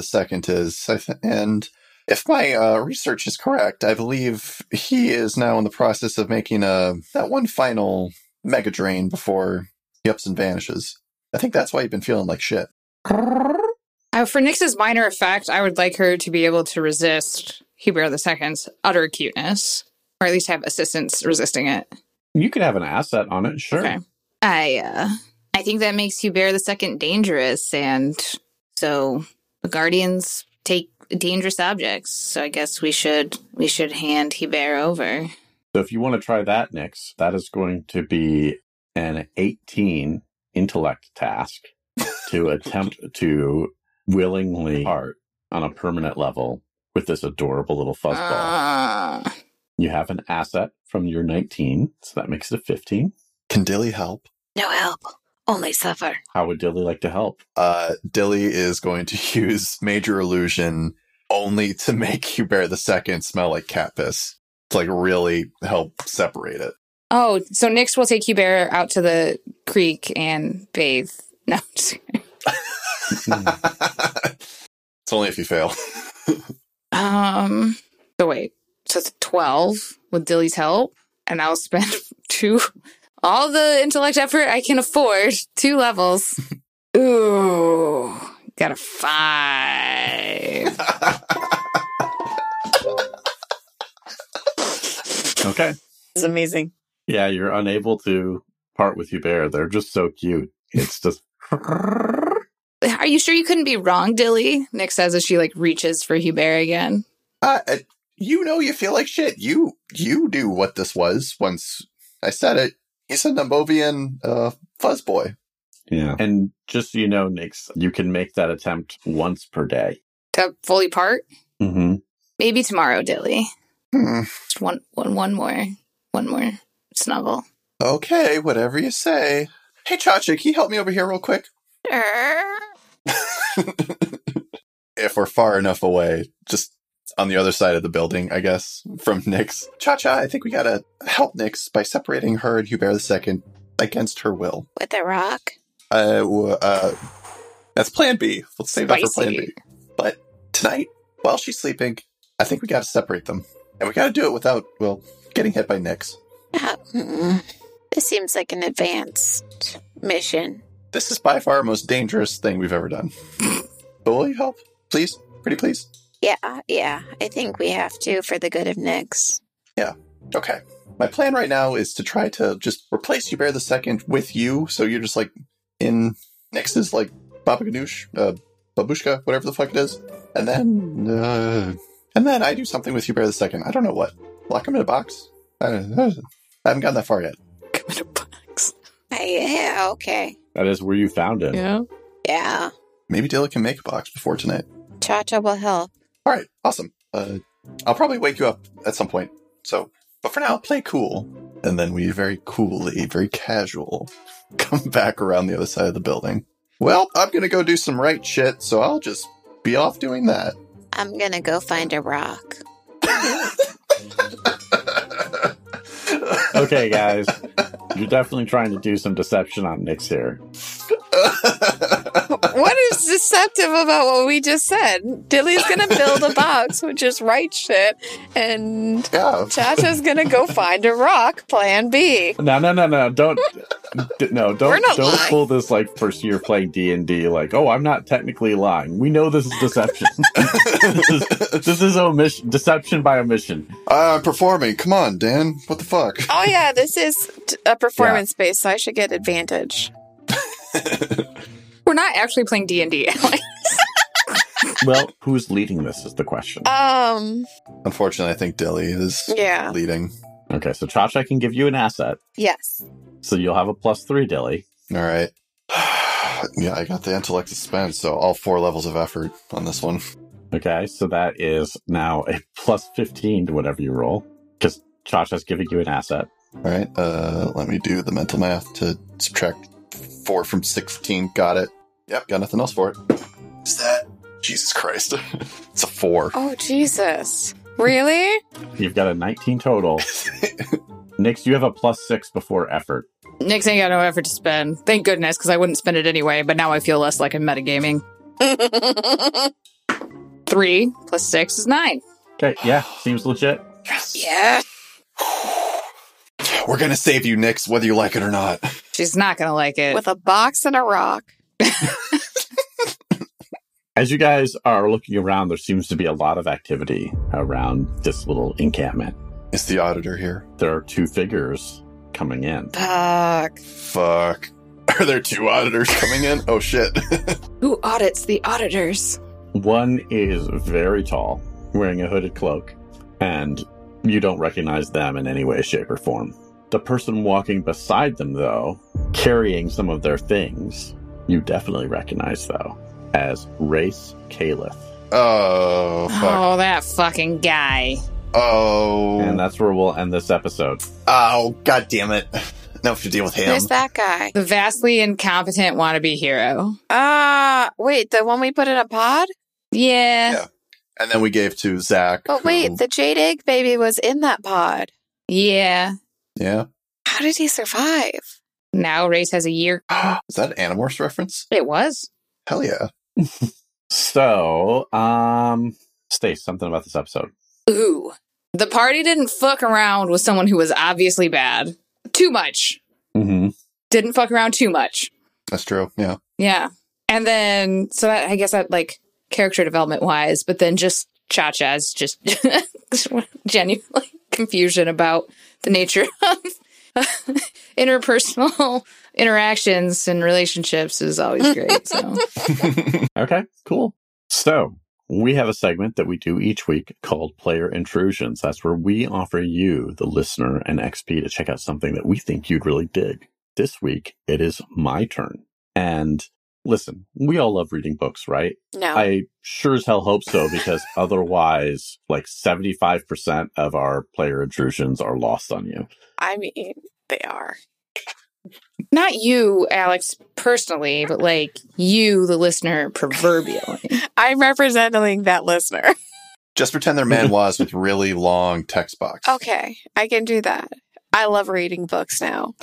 [SPEAKER 3] is. I th- and if my uh, research is correct, I believe he is now in the process of making a that one final mega drain before he ups and vanishes. I think that's why you've been feeling like shit.
[SPEAKER 4] Uh, for Nix's minor effect, I would like her to be able to resist Hubert II's utter cuteness, or at least have assistance resisting it.
[SPEAKER 1] You could have an asset on it, sure.
[SPEAKER 4] Okay. I uh, I think that makes Hubert II dangerous, and so the guardians take dangerous objects. So I guess we should we should hand Hubert over.
[SPEAKER 1] So if you want to try that, Nix, that is going to be an 18 intellect task to attempt to willingly part on a permanent level with this adorable little fuzzball.
[SPEAKER 4] Uh,
[SPEAKER 1] you have an asset from your 19, so that makes it a 15.
[SPEAKER 3] Can Dilly help?
[SPEAKER 2] No help, only suffer.
[SPEAKER 1] How would Dilly like to help?
[SPEAKER 3] Uh, Dilly is going to use major illusion only to make Hubert II smell like cat piss. To like really help separate it.
[SPEAKER 4] oh, so Nix will take Hubert out to the creek and bathe. No, I'm just kidding.
[SPEAKER 3] Hmm. it's only if you fail.
[SPEAKER 4] um. So wait, so it's twelve with Dilly's help, and I'll spend two, all the intellect effort I can afford, two levels. Ooh, got a five.
[SPEAKER 3] Uh,
[SPEAKER 1] Okay.
[SPEAKER 2] It's amazing.
[SPEAKER 1] Yeah, you're unable to part with Hubert. They're just so cute. It's just.
[SPEAKER 4] Are you sure you couldn't be wrong, Dilly? Nick says as she like reaches for Hubert again.
[SPEAKER 3] Uh, uh, you know, you feel like shit. You you knew what this was once I said it. You said Numbovian uh, fuzz boy.
[SPEAKER 1] Yeah. And just so you know, Nix, you can make that attempt once per day.
[SPEAKER 4] To fully part?
[SPEAKER 1] Mm-hmm.
[SPEAKER 4] Maybe tomorrow, Dilly.
[SPEAKER 3] Hmm.
[SPEAKER 4] Just one, one, one more, one more snuggle.
[SPEAKER 3] Okay, whatever you say. Hey, Chacha, can you help me over here real quick?
[SPEAKER 2] Err.
[SPEAKER 3] If we're far enough away, just on the other side of the building, I guess, from Nyx. Cha-Cha, I think we gotta help Nyx by separating her and Hubert II against her will.
[SPEAKER 2] With a rock.
[SPEAKER 3] Uh, w- uh, that's plan B. Let's save that for plan
[SPEAKER 4] Spicy.
[SPEAKER 3] B. But tonight, while she's sleeping, I think we got to separate them. And we got to do it without, well, getting hit by Nyx.
[SPEAKER 2] Uh, mm-mm. this seems like an advanced mission.
[SPEAKER 3] This is by far our most dangerous thing we've ever done. but will you help? Please? Pretty please?
[SPEAKER 2] Yeah, yeah. I think we have to for the good of Nyx.
[SPEAKER 3] Okay. My plan right now is to try to just replace Hubert II with you, so you're just like in Nyx's, like, Baba Ganoush, uh, Babushka, whatever the fuck it is. And then, uh, and then I do something with Hubert II. I don't know what. Lock him in a box? I, I haven't gotten that far yet.
[SPEAKER 4] Come in a box.
[SPEAKER 2] I, yeah, okay.
[SPEAKER 1] That is where you found it.
[SPEAKER 4] Yeah.
[SPEAKER 2] Yeah.
[SPEAKER 3] Maybe Dilla can make a box before tonight.
[SPEAKER 2] Chacha will help.
[SPEAKER 3] All right, awesome. Uh, I'll probably wake you up at some point. So, but for now, play cool. And then we very coolly, very casual, come back around the other side of the building. Well, I'm gonna go do some right shit, so I'll just be off doing that.
[SPEAKER 2] I'm gonna go find a rock.
[SPEAKER 1] okay, guys, you're definitely trying to do some deception on Nix here.
[SPEAKER 2] Uh, What is deceptive about what we just said? Dilly's gonna build a box with just right shit, and
[SPEAKER 3] Yeah.
[SPEAKER 2] Chacha's gonna go find a rock. Plan B.
[SPEAKER 1] No, no, no, no. Don't d- no,
[SPEAKER 2] We're
[SPEAKER 1] don't
[SPEAKER 2] not
[SPEAKER 1] don't
[SPEAKER 2] lying.
[SPEAKER 1] pull this like first year playing D and D like, oh, I'm not technically lying. We know this is deception. this, is, this is omission deception by omission.
[SPEAKER 3] Uh, performing. Come on, Dan. What the fuck?
[SPEAKER 2] Oh yeah, this is t- a performance based, so I should get advantage.
[SPEAKER 4] We're not actually playing D and D.
[SPEAKER 1] Well, who's leading this is the question.
[SPEAKER 2] Um,
[SPEAKER 3] Unfortunately, I think Dilly is
[SPEAKER 2] yeah,
[SPEAKER 3] leading.
[SPEAKER 1] Okay, so Chacha can give you an asset,
[SPEAKER 2] yes.
[SPEAKER 1] so you'll have a plus three dilly.
[SPEAKER 3] All right. yeah, I got the intellect to spend, so all four levels of effort on this one.
[SPEAKER 1] Okay, so that is now a plus fifteen to whatever you roll because Chacha's giving you an asset.
[SPEAKER 3] All right. Uh, let me do the mental math to subtract four from 16. Got it. Yep. Got nothing else for it. Is that? Jesus Christ. it's a four.
[SPEAKER 2] Oh Jesus, really?
[SPEAKER 1] You've got a nineteen total. Nix, you have a plus six before effort.
[SPEAKER 4] Nick's ain't got no effort to spend. Thank goodness, because I wouldn't spend it anyway. But now I feel less like I'm metagaming. Three plus six is nine.
[SPEAKER 1] Okay, yeah, seems legit.
[SPEAKER 3] Yes.
[SPEAKER 2] yeah.
[SPEAKER 3] We're going to save you, Nix, whether you like it or not.
[SPEAKER 4] She's not gonna like it.
[SPEAKER 2] With a box and a rock.
[SPEAKER 1] As you guys are looking around, there seems to be a lot of activity around this little encampment.
[SPEAKER 3] Is the auditor here?
[SPEAKER 1] There are two figures coming in.
[SPEAKER 2] Fuck.
[SPEAKER 3] Fuck. Are there two auditors coming in? Oh, shit.
[SPEAKER 4] Who audits the auditors?
[SPEAKER 1] One is very tall, wearing a hooded cloak, and you don't recognize them in any way, shape, or form. The person walking beside them, though, carrying some of their things, you definitely recognize, though, as Race Caliph.
[SPEAKER 3] oh, fuck.
[SPEAKER 4] Oh, that fucking guy.
[SPEAKER 3] Oh.
[SPEAKER 1] And uh, that's where we'll end this episode.
[SPEAKER 3] Oh, god damn it. Now we have to deal with him.
[SPEAKER 2] Who's that guy?
[SPEAKER 4] The vastly incompetent wannabe hero.
[SPEAKER 2] Ah, wait, the one we put in a pod.
[SPEAKER 4] Yeah.
[SPEAKER 3] Yeah. And then we gave to Zach.
[SPEAKER 2] But
[SPEAKER 3] who-
[SPEAKER 2] wait, the jade egg baby was in that pod.
[SPEAKER 4] Yeah.
[SPEAKER 3] yeah.
[SPEAKER 2] How did he survive?
[SPEAKER 4] Now Race has a year.
[SPEAKER 3] Is that an Animorphs reference?
[SPEAKER 4] It was.
[SPEAKER 3] Hell yeah.
[SPEAKER 1] So, um, Stace, something about this episode.
[SPEAKER 4] Ooh. The party didn't fuck around with someone who was obviously bad. Too much.
[SPEAKER 1] Mm-hmm.
[SPEAKER 4] Didn't fuck around too much.
[SPEAKER 3] That's true. Yeah.
[SPEAKER 4] Yeah. And then, so that, I guess that like character development wise, but then just Cha Cha's just genuinely confusion about the nature of interpersonal interactions and relationships is always great. So,
[SPEAKER 1] Okay, cool. So we have a segment that we do each week called Player Intrusions. That's where we offer you, the listener, and XP to check out something that we think you'd really dig. This week, it is my turn. And listen, we all love reading books, right?
[SPEAKER 2] No.
[SPEAKER 1] I sure as hell hope so because otherwise, like 75% of our player intrusions are lost on you.
[SPEAKER 2] I mean, they are.
[SPEAKER 4] not you, Alex, personally, but like you, the listener, proverbially.
[SPEAKER 2] I'm representing that listener.
[SPEAKER 3] Just pretend they're manwas with really long text box.
[SPEAKER 2] Okay, I can do that. I love reading books now.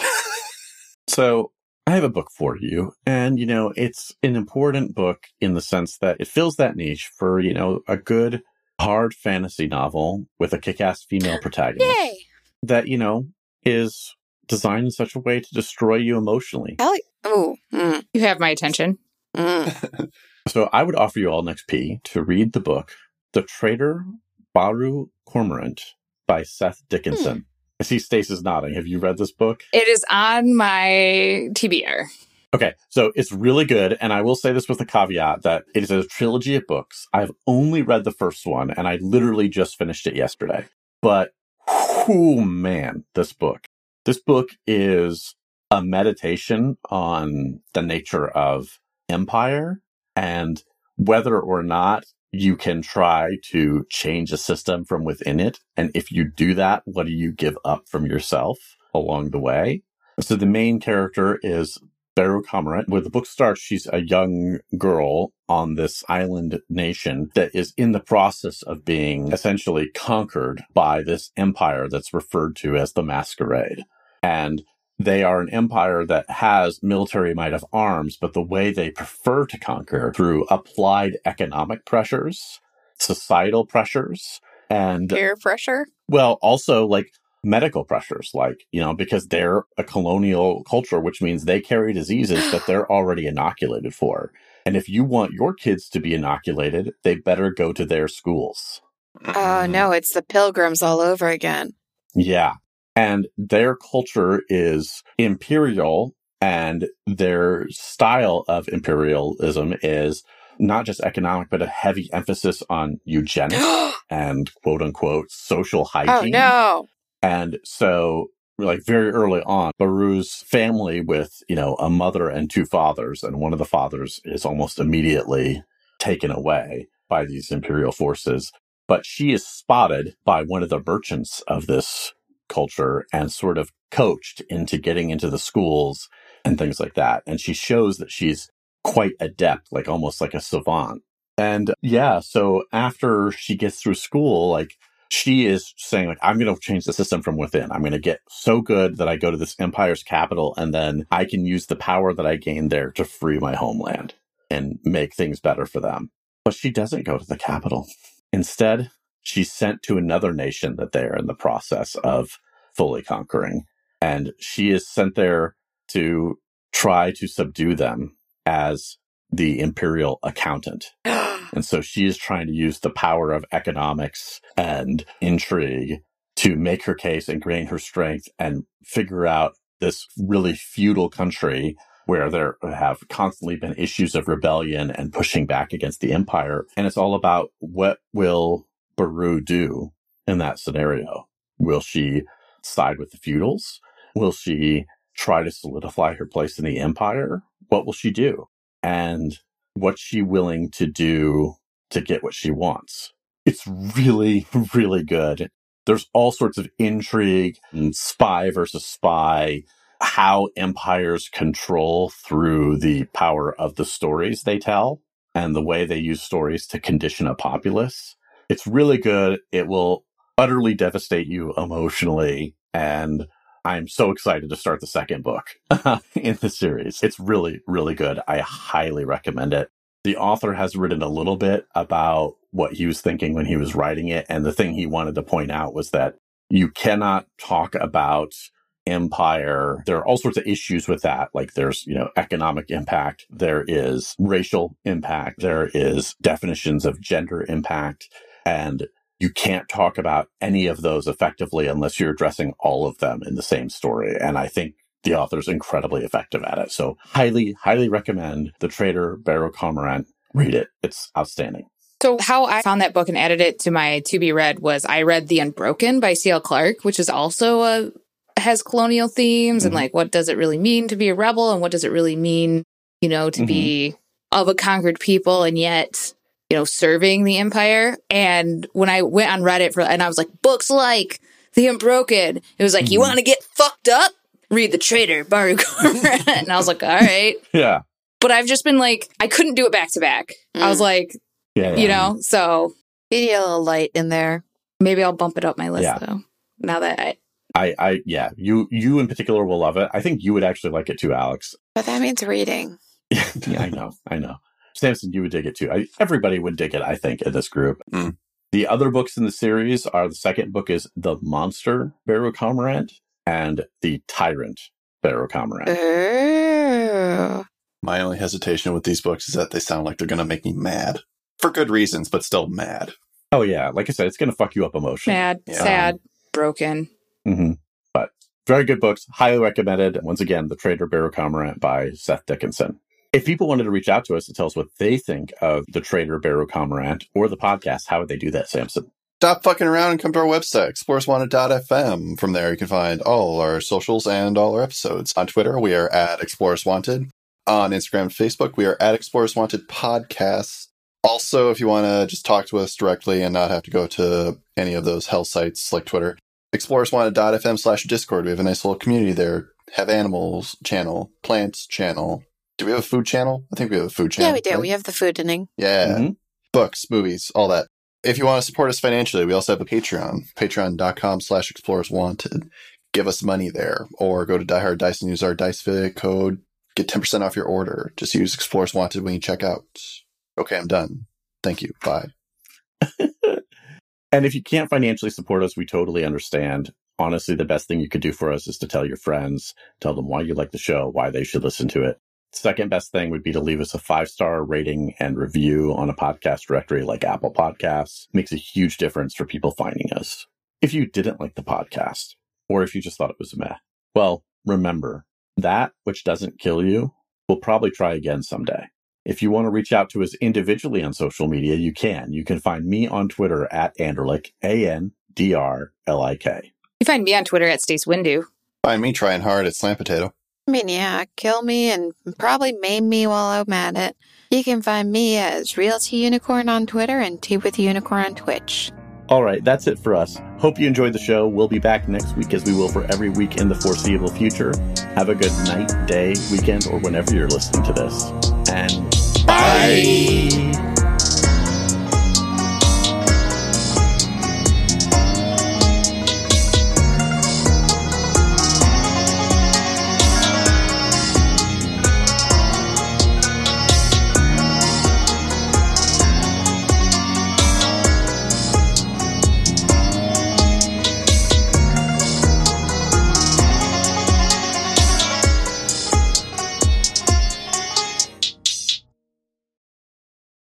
[SPEAKER 1] So I have a book for you, and you know, it's an important book in the sense that it fills that niche for, you know, a good hard fantasy novel with a kick ass female protagonist
[SPEAKER 2] Yay!
[SPEAKER 1] that, you know, is designed in such a way to destroy you emotionally.
[SPEAKER 2] Ooh. Mm,
[SPEAKER 4] you have my attention.
[SPEAKER 2] mm.
[SPEAKER 1] So I would offer you all an XP to read the book, The Traitor Baru Cormorant by Seth Dickinson. I see Stasis nodding. Have you read this book?
[SPEAKER 4] It is on my TBR.
[SPEAKER 1] Okay, so it's really good, and I will say this with a caveat that it is a trilogy of books. I've only read the first one, and I literally just finished it yesterday. But, oh man, this book. This book is a meditation on the nature of empire and whether or not you can try to change a system from within it. And if you do that, what do you give up from yourself along the way? So the main character is Beru Comrade. Where the book starts, she's a young girl on this island nation that is in the process of being essentially conquered by this empire that's referred to as the Masquerade. And They are an empire that has military might of arms, but the way they prefer to conquer through applied economic pressures, societal pressures, and
[SPEAKER 2] Peer pressure.
[SPEAKER 1] well, also like medical pressures, like, you know, because they're a colonial culture, which means they carry diseases that they're already inoculated for. And if you want your kids to be inoculated, they better go to their schools.
[SPEAKER 2] Oh no, it's the pilgrims all over again.
[SPEAKER 1] Yeah. And their culture is imperial, and their style of imperialism is not just economic, but a heavy emphasis on eugenics
[SPEAKER 2] oh
[SPEAKER 1] and quote unquote social hygiene.
[SPEAKER 2] no.
[SPEAKER 1] And so, like very early on, Baru's family with, you know, a mother and two fathers, and one of the fathers is almost immediately taken away by these imperial forces. But she is spotted by one of the merchants of this culture and sort of coached into getting into the schools and things like that. And she shows that she's quite adept, like almost like a savant. And yeah, so after she gets through school, like she is saying like i'm going to change the system from within i'm going to get so good that i go to this empire's capital and then i can use the power that i gained there to free my homeland and make things better for them but she doesn't go to the capital instead she's sent to another nation that they are in the process of fully conquering and she is sent there to try to subdue them as the imperial accountant and so she is trying to use the power of economics and intrigue to make her case and gain her strength and figure out this really feudal country where there have constantly been issues of rebellion and pushing back against the empire. And it's all about what will Baru do in that scenario? Will she side with the feudals? Will she try to solidify her place in the empire? What will she do? And what's she willing to do to get what she wants. It's really, really good. There's all sorts of intrigue, and spy versus spy, how empires control through the power of the stories they tell and the way they use stories to condition a populace. It's really good. It will utterly devastate you emotionally. And I'm so excited to start the second book in the series. It's really, really good. I highly recommend it. The author has written a little bit about what he was thinking when he was writing it. And the thing he wanted to point out was that you cannot talk about empire. There are all sorts of issues with that. Like there's, you know, economic impact, there is racial impact, there is definitions of gender impact. And you can't talk about any of those effectively unless you're addressing all of them in the same story. And I think the author's incredibly effective at it. So highly, highly recommend The Trader Barrow Cormorant. Read it. It's outstanding.
[SPEAKER 4] So, how I found that book and added it to my to be read was I read The Unbroken by C.L. Clarke, which is also a has colonial themes and
[SPEAKER 1] Mhm.
[SPEAKER 4] like what does it really mean to be a rebel and what does it really mean, you know, to be of a conquered people and yet, you know, serving the empire. And when I went on Reddit for and I was like, books like The Unbroken, it was like, you
[SPEAKER 1] Mhm.
[SPEAKER 4] want to get fucked up? Read The Traitor, Baru Cormorant. and I was like, all right.
[SPEAKER 1] Yeah.
[SPEAKER 4] But I've just been like, I couldn't do it back to back. I was like,
[SPEAKER 1] Yeah.
[SPEAKER 4] you know, so
[SPEAKER 2] You need a little light in there.
[SPEAKER 4] Maybe I'll bump it up my list
[SPEAKER 1] Yeah.
[SPEAKER 4] though. Now that I,
[SPEAKER 1] I, I, yeah, you, you in particular will love it. I think you would actually like it too, Alex.
[SPEAKER 2] But that means reading.
[SPEAKER 1] Yeah, I know. I know. Samson, you would dig it too. I, everybody would dig it, I think, in this group.
[SPEAKER 3] Mm.
[SPEAKER 1] The other books in the series are the second book is The Monster Barrow Cormorant and The Tyrant Barrow
[SPEAKER 2] Uh-huh.
[SPEAKER 1] Cormorant.
[SPEAKER 2] Ooh.
[SPEAKER 3] My only hesitation with these books is that they sound like they're going to make me mad for good reasons, but still mad.
[SPEAKER 1] Oh, yeah. Like I said, it's going to fuck you up emotionally.
[SPEAKER 4] mad,
[SPEAKER 3] Yeah.
[SPEAKER 4] sad, broken.
[SPEAKER 1] hmm But very good books, highly recommended. Once again, The Trader Barrow Cormorant by Seth Dickinson. If people wanted to reach out to us to tell us what they think of The Trader Barrow Cormorant or the podcast, how would they do that, Samson?
[SPEAKER 3] Stop fucking around and come to our website, explorerswanted.fm. From there, you can find all our socials and all our episodes. On Twitter, we are at Explorers Wanted. On Instagram and Facebook, we are at Explorers Wanted Podcasts. Also, if you want to just talk to us directly and not have to go to any of those hell sites like Twitter, explorerswanted.fm slash Discord. We have a nice little community there. Have animals channel, plants channel. Do we have a food channel? I think we have a food channel.
[SPEAKER 2] Yeah, we do.
[SPEAKER 3] right?
[SPEAKER 2] We have the food inning.
[SPEAKER 3] Yeah
[SPEAKER 1] Mhm.
[SPEAKER 3] books, movies, all that. If you want to support us financially, we also have a Patreon, patreon.com slash explorers wanted. give us money there, or go to Die Hard Dice and use our Dice Fit code, get 10% off your order. Just use Explorers Wanted when you check out. Okay, I'm done. Thank you. Bye.
[SPEAKER 1] And if you can't financially support us, we totally understand. Honestly, the best thing you could do for us is to tell your friends, tell them why you like the show, why they should listen to it. Second best thing would be to leave us a five star rating and review on a podcast directory like Apple Podcasts. Makes a huge difference for people finding us. If you didn't like the podcast, or if you just thought it was meh, well, remember that which doesn't kill you, we'll probably try again someday. If you want to reach out to us individually on social media, you can. You can find me on Twitter at Anderlik, A N D R L I K.
[SPEAKER 4] You find me on Twitter at Stace Windu.
[SPEAKER 3] Find me trying hard at Slam Potato.
[SPEAKER 2] I mean, yeah, kill me and probably maim me while I'm at it. You can find me as Real Tea Unicorn on Twitter and Tea with Unicorn on Twitch.
[SPEAKER 1] All right, that's it for us. Hope you enjoyed the show. We'll be back next week as we will for every week in the foreseeable future. Have a good night, day, weekend, or whenever you're listening to this. And
[SPEAKER 3] Bye.